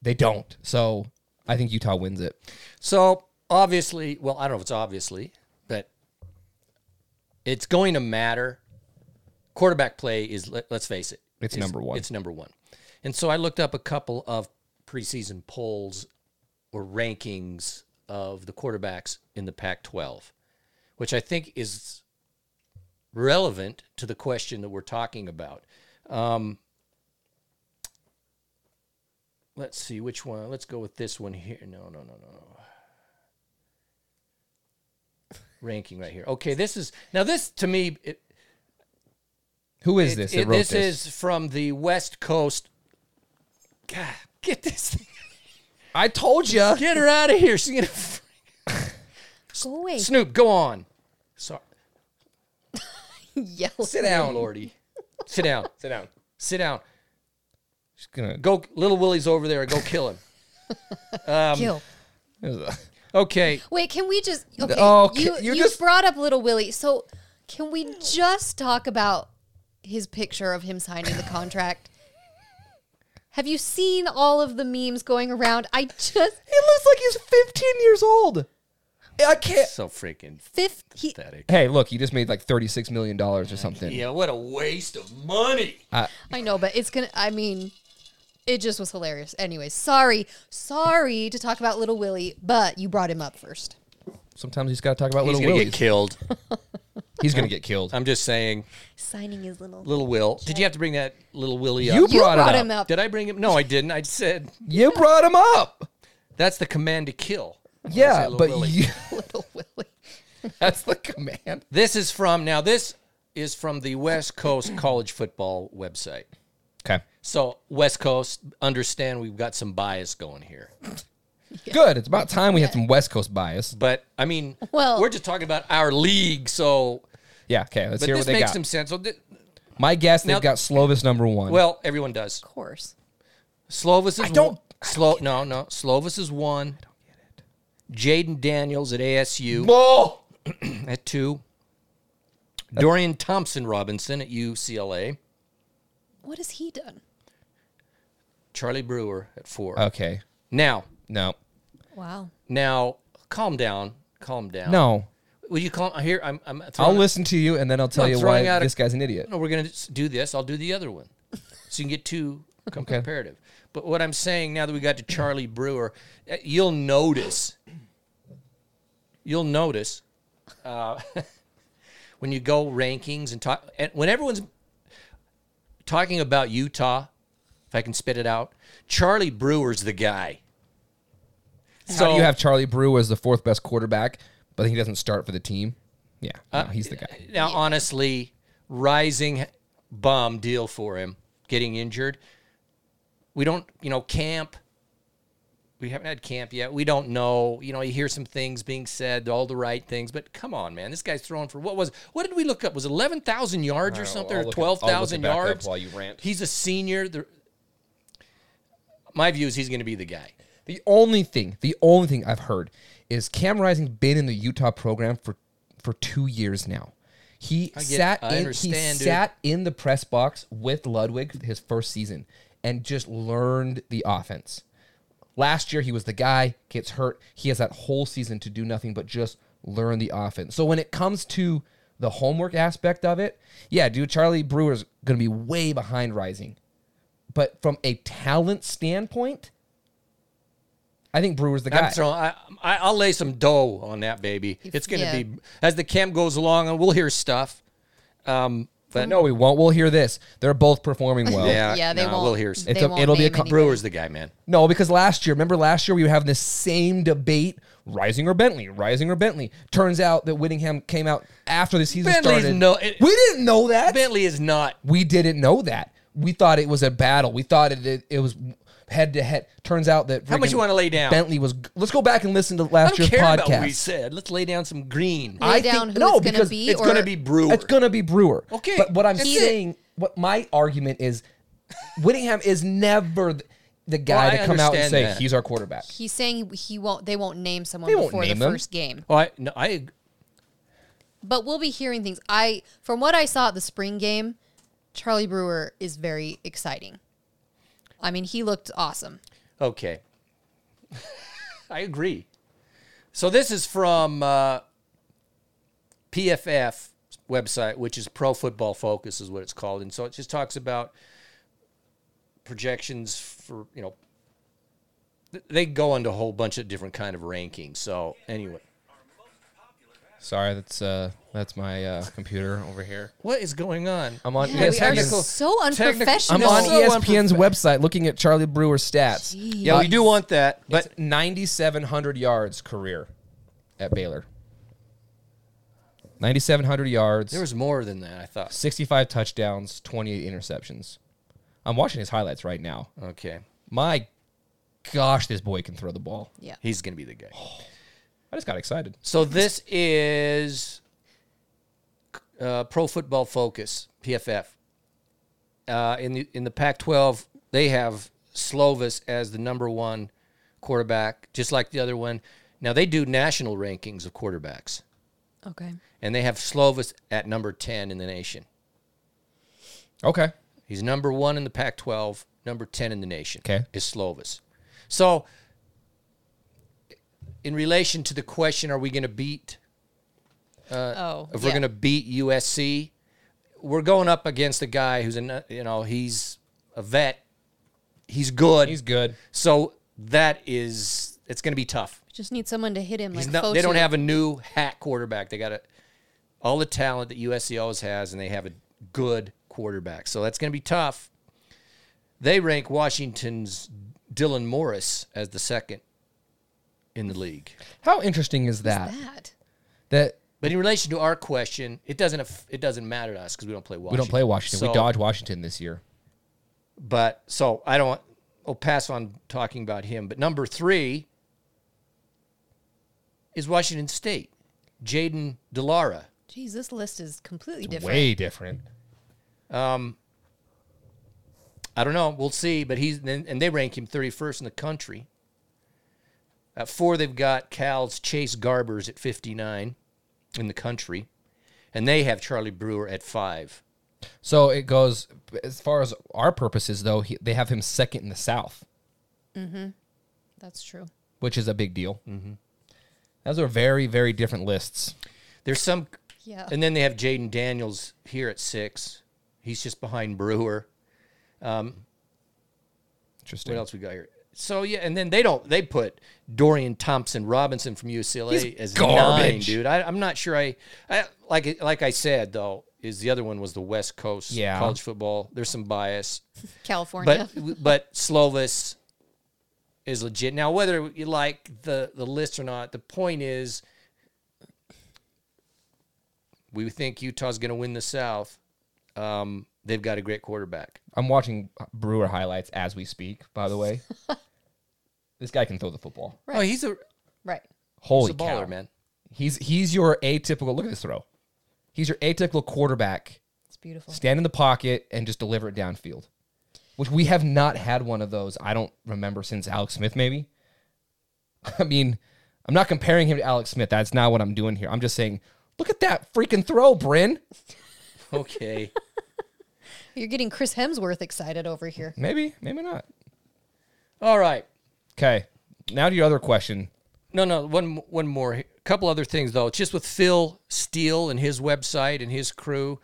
[SPEAKER 3] they don't. So I think Utah wins it.
[SPEAKER 2] So obviously, well, I don't know if it's obviously, but it's going to matter. Quarterback play is let, let's face it,
[SPEAKER 3] It's
[SPEAKER 2] is-
[SPEAKER 3] number one.
[SPEAKER 2] It's number one. And so I looked up a couple of preseason polls or rankings of the quarterbacks in the Pac-12, which I think is relevant to the question that we're talking about. Um, let's see which one. Let's go with this one here. No, no, no, no, no. Ranking right here. Okay, this is now this to me. It,
[SPEAKER 3] Who is
[SPEAKER 2] it-
[SPEAKER 3] this?
[SPEAKER 2] it-
[SPEAKER 3] that wrote
[SPEAKER 2] this is from the West Coast. God, get this thing.
[SPEAKER 3] I told you.
[SPEAKER 2] Get her out of here. She's gonna
[SPEAKER 5] Go away.
[SPEAKER 2] Snoop, go on. Sorry.
[SPEAKER 5] Yell.
[SPEAKER 3] Sit down,
[SPEAKER 2] Lordy. Sit down.
[SPEAKER 3] Sit down.
[SPEAKER 2] Sit down.
[SPEAKER 3] She's gonna
[SPEAKER 2] Go little Willie's over there. Go kill him.
[SPEAKER 5] Kill.
[SPEAKER 2] Okay.
[SPEAKER 5] Wait, can we just okay?
[SPEAKER 3] Okay,
[SPEAKER 5] you
[SPEAKER 3] oh, you
[SPEAKER 5] you,
[SPEAKER 3] just-
[SPEAKER 5] brought up Little Willie, so can we just talk about his picture of him signing the contract? Have you seen all of the memes going around? I just
[SPEAKER 3] He looks like he's 15 years old. I can't.
[SPEAKER 2] So freaking
[SPEAKER 5] fifth. He,
[SPEAKER 2] pathetic.
[SPEAKER 3] Hey, look, he just made like 36 million dollars or something.
[SPEAKER 2] Yeah, what a waste of money.
[SPEAKER 5] I know, but it's gonna. I mean, it just was hilarious. Anyway, sorry, sorry to talk about Little Willie, but you brought him up first.
[SPEAKER 3] Sometimes you just got to talk about
[SPEAKER 2] He's
[SPEAKER 3] little
[SPEAKER 2] gonna
[SPEAKER 3] Willie.
[SPEAKER 2] get killed.
[SPEAKER 3] he's gonna get killed.
[SPEAKER 2] I'm just saying.
[SPEAKER 5] Signing his little.
[SPEAKER 2] Little Will. Did you have to bring that little Willie
[SPEAKER 3] You
[SPEAKER 2] up?
[SPEAKER 5] you
[SPEAKER 3] brought
[SPEAKER 5] brought,
[SPEAKER 3] it up.
[SPEAKER 5] him up.
[SPEAKER 2] Did I bring him? No, I didn't. I said
[SPEAKER 3] You brought him up.
[SPEAKER 2] that's the command to kill.
[SPEAKER 3] Yeah,
[SPEAKER 2] little
[SPEAKER 3] but
[SPEAKER 2] Willie.
[SPEAKER 3] you,
[SPEAKER 5] Little Willie.
[SPEAKER 3] that's the command.
[SPEAKER 2] This is from now. This is from the West Coast College Football website.
[SPEAKER 3] Okay.
[SPEAKER 2] So West Coast, understand we've got some bias going here,
[SPEAKER 3] Good. It's about time we had some West Coast bias.
[SPEAKER 2] but I mean,
[SPEAKER 5] Well-
[SPEAKER 2] we're just talking about our league. So,
[SPEAKER 3] Yeah. Okay. Let's
[SPEAKER 2] but
[SPEAKER 3] hear
[SPEAKER 2] this
[SPEAKER 3] what they
[SPEAKER 2] makes
[SPEAKER 3] got.
[SPEAKER 2] some sense. So thi-
[SPEAKER 3] My guess, they've
[SPEAKER 2] Now-
[SPEAKER 3] got Slovis number one.
[SPEAKER 2] Well, everyone does.
[SPEAKER 5] Of course.
[SPEAKER 2] Slovis is
[SPEAKER 3] don't-
[SPEAKER 2] one. Slo- no, no. Slovis is one. I don't get it. Jaden Daniels at ASU.
[SPEAKER 3] Whoa!
[SPEAKER 2] at two. Dorian Thompson Robinson at UCLA.
[SPEAKER 5] What has he done?
[SPEAKER 2] Charlie Brewer at four.
[SPEAKER 3] Okay.
[SPEAKER 2] Now,
[SPEAKER 3] No.
[SPEAKER 5] Wow.
[SPEAKER 2] now, calm down. Calm down.
[SPEAKER 3] No.
[SPEAKER 2] Will you calm? Here, I'm. I'm
[SPEAKER 3] I'll
[SPEAKER 2] throwing-
[SPEAKER 3] listen to you, and then I'll tell
[SPEAKER 2] No,
[SPEAKER 3] you why
[SPEAKER 2] throwing out a-
[SPEAKER 3] this guy's an idiot.
[SPEAKER 2] No, we're going to do this. I'll do the other one. So you can get two com-
[SPEAKER 3] Okay.
[SPEAKER 2] comparative. But what I'm saying now that we got to Charlie Brewer, uh, you'll notice. You'll notice uh, when you go rankings and talk and when everyone's talking about Utah, if I can spit it out, Charlie Brewer's the guy.
[SPEAKER 3] So you have Charlie Brew as the fourth best quarterback, but he doesn't start for the team. Yeah, no,
[SPEAKER 2] Uh,
[SPEAKER 3] he's the guy.
[SPEAKER 2] now honestly, rising bomb deal for him getting injured. We don't, you know, camp. We haven't had camp yet. We don't know. You know, you hear some things being said, all the right things, but come on, man, this guy's throwing for what was? What did we look up? Was eleven thousand yards or
[SPEAKER 3] don't know.
[SPEAKER 2] something,
[SPEAKER 3] I'll
[SPEAKER 2] or
[SPEAKER 3] look it-
[SPEAKER 2] twelve thousand
[SPEAKER 3] I'll look it back up
[SPEAKER 2] yards?
[SPEAKER 3] while you rant.
[SPEAKER 2] He's a senior. The- my view is he's going to be the guy.
[SPEAKER 3] The only thing, the only thing I've heard is Cam Rising's been in the Utah program for for two years now. He
[SPEAKER 2] get-
[SPEAKER 3] sat
[SPEAKER 2] I
[SPEAKER 3] in he
[SPEAKER 2] understand, dude.
[SPEAKER 3] sat in the press box with Ludwig his first season and just learned the offense. Last year he was the guy, gets hurt. He has that whole season to do nothing but just learn the offense. So when it comes to the homework aspect of it, yeah, dude, Charlie Brewer's gonna be way behind Rising. But from a talent standpoint, I think Brewer's the guy.
[SPEAKER 2] I'm throwing. I, I, I'll lay some dough on that baby. It's going to
[SPEAKER 5] yeah.
[SPEAKER 2] be as the camp goes along, and we'll hear stuff. Um, But
[SPEAKER 3] No, we won't. We'll hear this. They're both performing well.
[SPEAKER 2] yeah,
[SPEAKER 5] Yeah, they
[SPEAKER 2] no,
[SPEAKER 5] won't-
[SPEAKER 2] We'll hear.
[SPEAKER 5] they
[SPEAKER 2] It's a-
[SPEAKER 5] won't
[SPEAKER 2] it'll be a
[SPEAKER 5] name
[SPEAKER 2] co-
[SPEAKER 5] anybody.
[SPEAKER 2] Brewer's the guy, man.
[SPEAKER 3] No, because last year, remember last year we were having this same debate: Rising or Bentley, Rising or Bentley. Turns out that Whittingham came out after the season
[SPEAKER 2] Bentley's
[SPEAKER 3] started.
[SPEAKER 2] no- it-
[SPEAKER 3] we didn't know that.
[SPEAKER 2] Bentley is not.
[SPEAKER 3] we didn't know that. We thought it was a battle. We thought it it, it was head to head. Turns out that
[SPEAKER 2] How much
[SPEAKER 3] freaking
[SPEAKER 2] you wanna lay down?
[SPEAKER 3] Bentley was. Let's go back and listen to
[SPEAKER 2] I
[SPEAKER 3] last
[SPEAKER 2] don't
[SPEAKER 3] year's
[SPEAKER 2] care
[SPEAKER 3] podcast.
[SPEAKER 2] about what we said. Let's lay down some green.
[SPEAKER 5] Lay down who it's gonna
[SPEAKER 3] because
[SPEAKER 5] be,
[SPEAKER 2] it's
[SPEAKER 5] or-
[SPEAKER 2] going to be Brewer.
[SPEAKER 3] It's gonna be Brewer.
[SPEAKER 2] Okay,
[SPEAKER 3] but what I'm
[SPEAKER 2] that's
[SPEAKER 3] saying, what my argument is, Whittingham is never th- the guy
[SPEAKER 2] Well, I
[SPEAKER 3] to come out and
[SPEAKER 2] understand
[SPEAKER 3] say
[SPEAKER 2] that.
[SPEAKER 3] he's our quarterback.
[SPEAKER 5] He's saying he, he won't. They won't name someone
[SPEAKER 3] They won't
[SPEAKER 5] before
[SPEAKER 3] name
[SPEAKER 5] the
[SPEAKER 3] them.
[SPEAKER 5] first game.
[SPEAKER 2] Oh, I, no, I
[SPEAKER 5] But we'll be hearing things. I from what I saw at the spring game, Charlie Brewer is very exciting. I mean, he looked awesome.
[SPEAKER 2] okay. I agree. So this is from uh, PFF website, which is Pro Football Focus, is what it's called, and so it just talks about projections for you know. th- They go into a whole bunch of different kind of rankings. So anyway,
[SPEAKER 3] Sorry, that's uh, that's my uh, computer over here.
[SPEAKER 2] what is going on?
[SPEAKER 3] I'm on E
[SPEAKER 5] Yeah, we are
[SPEAKER 2] technical-
[SPEAKER 3] ESPN's.
[SPEAKER 5] so
[SPEAKER 2] technical- E
[SPEAKER 5] unprofessional.
[SPEAKER 3] I'm on E
[SPEAKER 2] so
[SPEAKER 3] ESPN's website looking at Charlie Brewer's stats.
[SPEAKER 2] Yeah, we do want that, but
[SPEAKER 3] But 9,700 yards career at Baylor. 9,700 yards,
[SPEAKER 2] there was more than that. I thought.
[SPEAKER 3] 65 touchdowns, 28 interceptions. I'm watching his highlights right now.
[SPEAKER 2] Okay,
[SPEAKER 3] My gosh, this boy can throw the ball.
[SPEAKER 5] yeah.
[SPEAKER 2] he's gonna be the guy.
[SPEAKER 3] I just got excited.
[SPEAKER 2] So this is uh, Pro Football Focus (PFF). Uh, in the in the Pac-12, they have Slovis as the number one quarterback, just like the other one. Now they do national rankings of quarterbacks,
[SPEAKER 5] Okay.
[SPEAKER 2] and they have Slovis at number ten in the nation.
[SPEAKER 3] Okay.
[SPEAKER 2] He's number one in the Pac-12, number ten in the nation.
[SPEAKER 3] Okay.
[SPEAKER 2] is Slovis. So, in relation to the question, are we going to beat?
[SPEAKER 5] oh,
[SPEAKER 2] Uh, if we're
[SPEAKER 5] yeah.
[SPEAKER 2] going to beat USC, we're going up against a guy who's a you know he's a vet, he's good,
[SPEAKER 3] He's good.
[SPEAKER 2] so that is it's going to be tough.
[SPEAKER 5] just need someone to hit him
[SPEAKER 2] He's
[SPEAKER 5] like
[SPEAKER 2] not- they don't
[SPEAKER 5] Fotu.
[SPEAKER 2] have a new hack quarterback. They got a, all the talent that USC always has, and they have a good quarterback, so that's going to be tough. They rank Washington's Dylan Morris as the second in the league.
[SPEAKER 3] How interesting is that?
[SPEAKER 5] that.
[SPEAKER 3] That
[SPEAKER 2] But in relation to our question, it doesn't aff- it doesn't matter to us because we don't play Washington.
[SPEAKER 3] we don't play Washington.
[SPEAKER 2] So-
[SPEAKER 3] we dodge Washington this year.
[SPEAKER 2] But so I don't. I'll pass on talking about him. But number three is Washington State, Jaden Delara.
[SPEAKER 5] Jeez, this list is completely different.
[SPEAKER 3] Way different.
[SPEAKER 2] I don't know. We'll see. But he's and they rank him 31st in the country. At four, they've got Cal's Chase Garbers at 59 in the country, and they have Charlie Brewer at five.
[SPEAKER 3] So it goes as far as our purposes, though. He, they have him second in the South,
[SPEAKER 5] That's true.
[SPEAKER 3] which is a big deal. Mm-hmm. Those are very, very different lists.
[SPEAKER 2] There's some,
[SPEAKER 5] Yeah.
[SPEAKER 2] and then they have Jaden Daniels here at six. He's just behind Brewer.
[SPEAKER 3] Interesting.
[SPEAKER 2] What else we got here? So yeah, and then they don't. They put Dorian Thompson Robinson from UCLA
[SPEAKER 3] He's
[SPEAKER 2] as nine,
[SPEAKER 3] garbage.
[SPEAKER 2] dude. I, I'm not sure. I, I like like I said though, is the other one was the West Coast
[SPEAKER 3] Yeah.
[SPEAKER 2] college football. There's some bias,
[SPEAKER 5] California.
[SPEAKER 2] but but Slovis is legit. Now whether you like the the list or not, the point is, we think Utah's going to win the South. Um, they've got a great quarterback.
[SPEAKER 3] I'm watching Brewer highlights as we speak. By the way, this guy can throw the football.
[SPEAKER 2] Oh, he's a
[SPEAKER 5] right.
[SPEAKER 3] Holy
[SPEAKER 2] he's a baller,
[SPEAKER 3] cow,
[SPEAKER 2] man.
[SPEAKER 3] He's he's your atypical. Look at this throw. He's your atypical quarterback.
[SPEAKER 5] It's beautiful.
[SPEAKER 3] Stand in the pocket and just deliver it downfield, which we have not had one of those. I don't remember since Alex Smith, maybe. I mean, I'm not comparing him to Alex Smith. That's not what I'm doing here. I'm just saying, look at that freaking throw, Bryn.
[SPEAKER 2] Okay.
[SPEAKER 5] You're getting Chris Hemsworth excited over here.
[SPEAKER 3] Maybe, maybe not.
[SPEAKER 2] All right.
[SPEAKER 3] Okay, now to your other question.
[SPEAKER 2] No, no, one one more. A couple other things though. Just with Phil Steele and his website and his crew,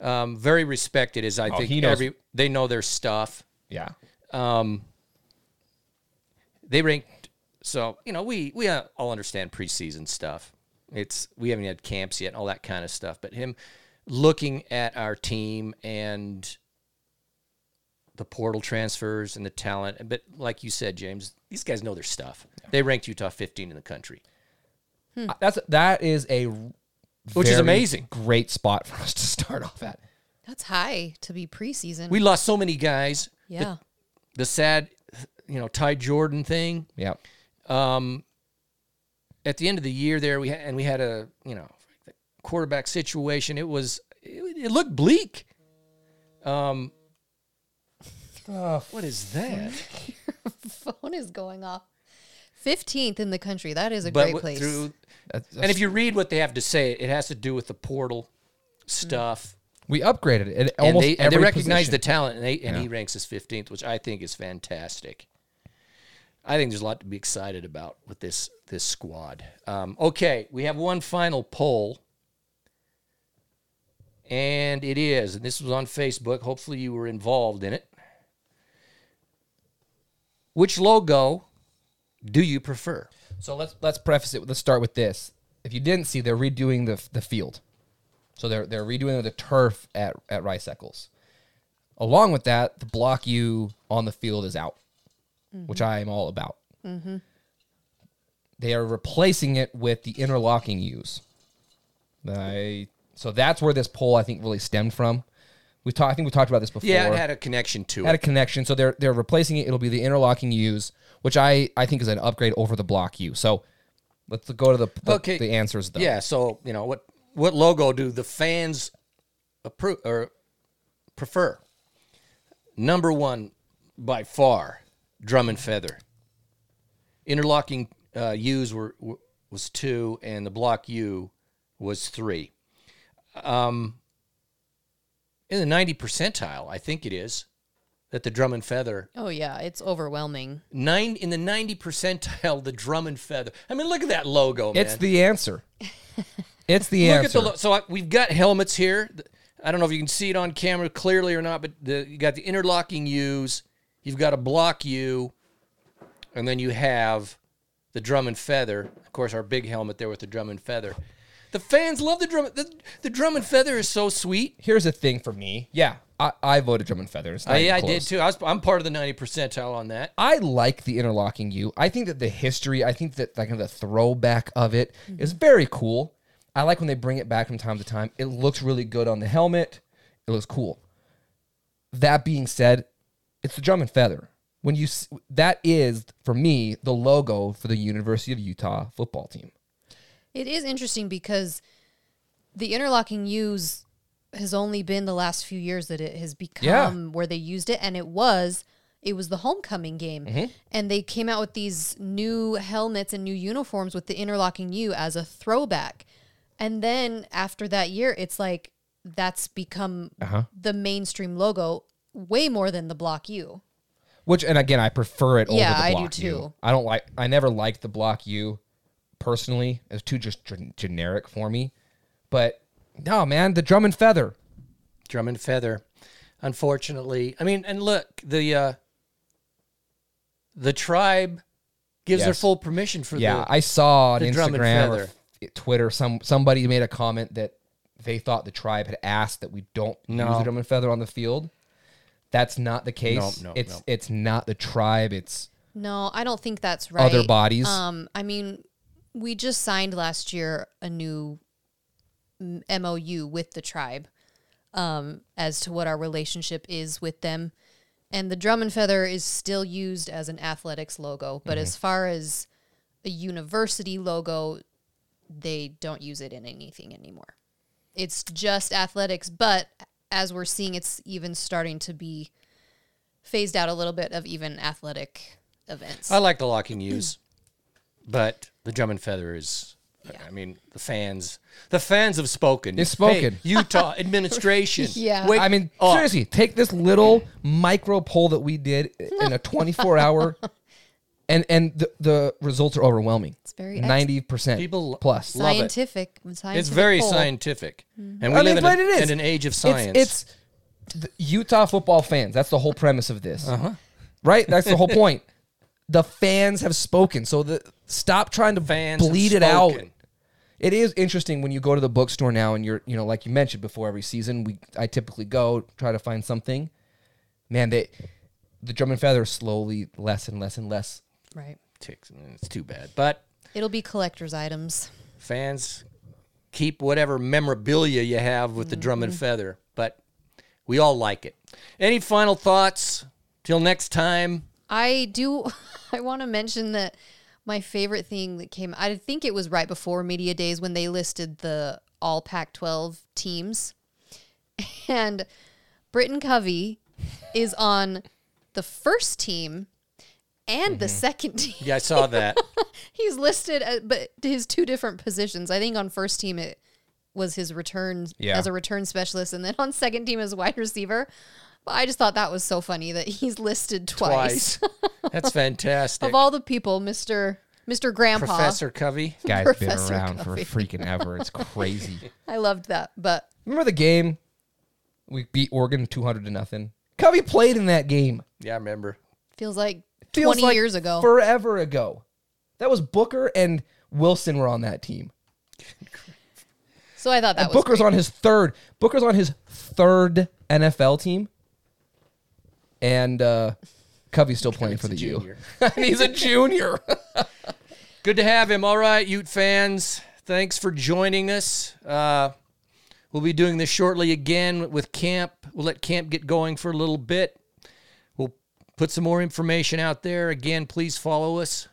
[SPEAKER 2] um, very respected as I think
[SPEAKER 3] Oh, he knows-
[SPEAKER 2] every they know their stuff.
[SPEAKER 3] Yeah,
[SPEAKER 2] They ranked so, you know, we uh, we all understand preseason stuff. It's we haven't had camps yet and all that kind of stuff, but him looking at our team and the portal transfers and the talent. But like you said, James, these guys know their stuff. They ranked Utah 15 in the country.
[SPEAKER 3] Uh, That's that is a
[SPEAKER 2] Which is
[SPEAKER 3] very
[SPEAKER 2] amazing.
[SPEAKER 3] Great spot for us to start off at.
[SPEAKER 5] That's high to be preseason.
[SPEAKER 2] We lost so many guys.
[SPEAKER 5] yeah.
[SPEAKER 2] The sad, you know, Ty Jordan thing.
[SPEAKER 3] Yeah.
[SPEAKER 2] At the end of the year there, we had, and we had a, you know, quarterback situation. It was, it, it looked bleak. Um, what is that?
[SPEAKER 5] Phone is going off. 15th in the country. That is a
[SPEAKER 2] but
[SPEAKER 5] great
[SPEAKER 2] w-
[SPEAKER 5] place.
[SPEAKER 2] through
[SPEAKER 3] That's-
[SPEAKER 2] and if you read what they have to say, it has to do with the portal stuff.
[SPEAKER 3] We upgraded it. at
[SPEAKER 2] And
[SPEAKER 3] almost
[SPEAKER 2] they, and they
[SPEAKER 3] every
[SPEAKER 2] recognize
[SPEAKER 3] position.
[SPEAKER 2] the talent, and, they, and he
[SPEAKER 3] Yeah.
[SPEAKER 2] ranks as 15th, which I think is fantastic. I think there's a lot to be excited about with this this squad. Um, okay, we have one final poll, and it is, and this was on Facebook. Hopefully, you were involved in it. Which logo do you prefer?
[SPEAKER 3] So let's let's preface it. with- Let's start with this. If you didn't see, they're redoing the the field, so they're they're redoing the turf at at Rice Eccles. Along with that, the block you on the field is out, which I am all about. They are replacing it with the interlocking U's. I so that's where this poll I think really stemmed from. We talked. I think we talked about this before
[SPEAKER 2] Yeah, it had a connection to
[SPEAKER 3] had
[SPEAKER 2] it.
[SPEAKER 3] a connection. So they're they're replacing it. It'll be the interlocking U's, which I I think is an upgrade over the block U. So let's go to the the,
[SPEAKER 2] Okay.
[SPEAKER 3] the answers though.
[SPEAKER 2] Yeah, so you know what what logo do the fans approve or prefer? Number one by far, drum and feather. Interlocking uh, U's were, were was two, and the block U was three. Um, in the ninety percentile, I think it is that the drum and feather
[SPEAKER 5] oh, yeah. It's overwhelming.
[SPEAKER 2] nine in the ninety percentile, the drum and feather. I mean, look at that logo, man.
[SPEAKER 3] it's the answer. It's the
[SPEAKER 2] Look
[SPEAKER 3] answer.
[SPEAKER 2] at the lo- so I, we've got helmets here. Th- I don't know if you can see it on camera clearly or not, but the, you got the interlocking U's, you've got a block U, and then you have the drum and feather. Of course, our big helmet there with the drum and feather. The fans love the drum. The, the drum and feather is so sweet.
[SPEAKER 3] Here's the thing for me. Yeah, I, I voted drum and feather. It's not
[SPEAKER 2] I,
[SPEAKER 3] even
[SPEAKER 2] Oh, I did
[SPEAKER 3] close.
[SPEAKER 2] too. I was, I'm part of the ninety percentile on that.
[SPEAKER 3] I like the interlocking U. I think that the history, I think that like the throwback of it is
[SPEAKER 5] Mm-hmm.
[SPEAKER 3] very cool. I like when they bring it back from time to time. It looks really good on the helmet. It looks cool. That being said, it's the drum and feather. When you s- that is for me the logo for the University of Utah football team.
[SPEAKER 5] It is interesting because the interlocking U's has only been the last few years that it has become where they used it, and it was it was the homecoming game,
[SPEAKER 2] Mm-hmm.
[SPEAKER 5] and they came out with these new helmets and new uniforms with the interlocking U as a throwback, and then after that year, it's like that's become
[SPEAKER 2] Uh-huh.
[SPEAKER 5] the mainstream logo way more than the block U.
[SPEAKER 3] Which and again, I prefer it
[SPEAKER 5] Yeah,
[SPEAKER 3] over
[SPEAKER 5] I
[SPEAKER 3] the
[SPEAKER 5] do
[SPEAKER 3] block U.
[SPEAKER 5] too.
[SPEAKER 3] I don't like. I never liked the block U personally. It's too just gen- generic for me. But no, man, the drum and feather.
[SPEAKER 2] Drum and feather. Unfortunately, I mean, and look the uh, the tribe gives their
[SPEAKER 3] Yes.
[SPEAKER 2] full permission for
[SPEAKER 3] Yeah,
[SPEAKER 2] the
[SPEAKER 3] I saw on
[SPEAKER 2] the drum and
[SPEAKER 3] Instagram or
[SPEAKER 2] feather.
[SPEAKER 3] f- Twitter some somebody made a comment that they thought the tribe had asked that we don't use
[SPEAKER 2] No.
[SPEAKER 3] the drum and feather on the field. That's not the case.
[SPEAKER 2] no,
[SPEAKER 3] it's
[SPEAKER 2] no.
[SPEAKER 3] it's not the tribe. It's
[SPEAKER 5] No, I don't think that's right.
[SPEAKER 3] Other bodies?
[SPEAKER 5] Um, I mean, we just signed last year a new m- MOU with the tribe um, as to what our relationship is with them. And the drum and feather is still used as an athletics logo, but as far as a university logo, they don't use it in anything anymore. It's just athletics, but as we're seeing, it's even starting to be phased out a little bit of even athletic events.
[SPEAKER 2] I like the locking use, but the drum and feather is. I mean, the fans. The fans have spoken.
[SPEAKER 3] They've
[SPEAKER 2] Hey,
[SPEAKER 3] spoken.
[SPEAKER 2] Utah administration.
[SPEAKER 5] Yeah.
[SPEAKER 2] Wake
[SPEAKER 3] I mean,
[SPEAKER 2] up.
[SPEAKER 3] seriously, take this little micro poll that we did in a 24 hour, and and the, the results are overwhelming. It's
[SPEAKER 5] very ex-
[SPEAKER 3] 90%
[SPEAKER 2] People
[SPEAKER 3] plus.
[SPEAKER 2] love it.
[SPEAKER 5] scientific, scientific.
[SPEAKER 2] It's very
[SPEAKER 5] poll.
[SPEAKER 2] scientific,
[SPEAKER 5] Mm-hmm.
[SPEAKER 2] and we
[SPEAKER 3] I mean,
[SPEAKER 2] live in,
[SPEAKER 3] but
[SPEAKER 2] a-
[SPEAKER 3] it is.
[SPEAKER 2] in an age of
[SPEAKER 3] It's-
[SPEAKER 2] science.
[SPEAKER 3] It's, the Utah football fans. That's the whole premise of this,
[SPEAKER 2] Uh-huh.
[SPEAKER 3] right? That's the whole point. The fans have spoken, so the stop trying to
[SPEAKER 2] fans have
[SPEAKER 3] bleed it out.
[SPEAKER 2] spoken.
[SPEAKER 3] it is interesting when you go to the bookstore now and you're, you know, like you mentioned before every season, we I typically go try to find something. Man, they the drum and feather is slowly less and less and less.
[SPEAKER 5] Right.
[SPEAKER 2] Takes- It's too bad. But
[SPEAKER 5] It'll be collector's items.
[SPEAKER 2] fans keep whatever memorabilia you have with the drum
[SPEAKER 5] Mm-hmm.
[SPEAKER 2] and feather but we all like it any final thoughts till next time
[SPEAKER 5] I do. I want to mention that my favorite thing that came. I think it was right before media days when they listed the all Pac-12 teams, and Britton Covey is on the first team and
[SPEAKER 2] Mm-hmm.
[SPEAKER 5] the second team.
[SPEAKER 2] yeah i saw that
[SPEAKER 5] He's listed, uh, but his two different positions. I think on first team it was his return
[SPEAKER 3] Yeah.
[SPEAKER 5] as a return specialist, and then on second team as wide receiver. But I just thought that was so funny that he's listed twice.
[SPEAKER 2] twice that's fantastic
[SPEAKER 5] Of all the people, Mr. Mr. Grandpa.
[SPEAKER 2] professor covey
[SPEAKER 3] Guy's
[SPEAKER 5] Professor
[SPEAKER 3] been around
[SPEAKER 5] Coffee.
[SPEAKER 3] for freaking ever. It's crazy.
[SPEAKER 5] I loved that, but
[SPEAKER 3] Remember the game? We beat Oregon 200 to nothing. Covey played in that game.
[SPEAKER 2] yeah i remember
[SPEAKER 5] feels like
[SPEAKER 3] Feels
[SPEAKER 5] 20
[SPEAKER 3] like
[SPEAKER 5] years ago.
[SPEAKER 3] Forever ago. That was Booker and Wilson were on that team.
[SPEAKER 5] so I thought that was
[SPEAKER 3] Booker's on his third. Booker's on his third NFL team. And uh, Covey's still playing for the U.
[SPEAKER 2] junior.
[SPEAKER 3] and he's a junior.
[SPEAKER 2] good to have him all right ute fans thanks for joining us uh, we'll be doing this shortly again with camp we'll let camp get going for a little bit we'll put some more information out there again please follow us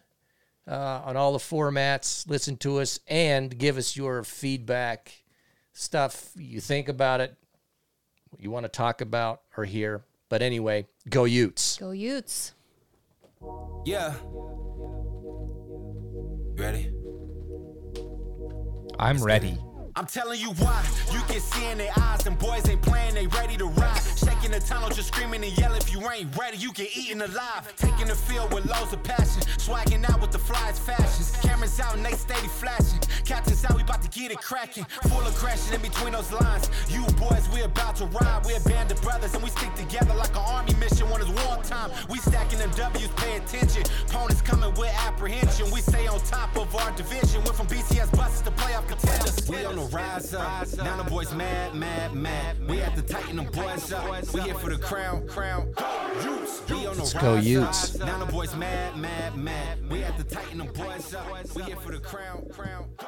[SPEAKER 2] uh, on all the formats listen to us and give us your feedback stuff you think about it what you want to talk about or hear but anyway go utes
[SPEAKER 5] Go Utes.
[SPEAKER 1] Yeah. Ready?
[SPEAKER 3] I'm ready.
[SPEAKER 1] I'm telling you why. You can see in their eyes, them boys ain't playing, they ready to ride. Shaking the tunnel, just screaming and yelling. If you ain't ready, you get eaten alive. Taking the field with loads of passion. Swagging out with the flies fashions. Cameras out, and they steady flashing. Captain's out, we about to get it cracking. Full of crashing in between those lines. You boys, we about to ride. We're a band of brothers, and we stick together like an army mission when it's wartime. We stacking them W's, pay attention. Opponents coming with apprehension. We stay on top of our division. Went from BCS buses to playoff contenders. We on the rise up. Now the boys mad, mad, mad. We have to tighten them boys up. We here for the crown, crown. Let's
[SPEAKER 2] go Utes.
[SPEAKER 1] Now the boys mad, mad, mad. We have to tighten them boys up. We here for the crown, crown.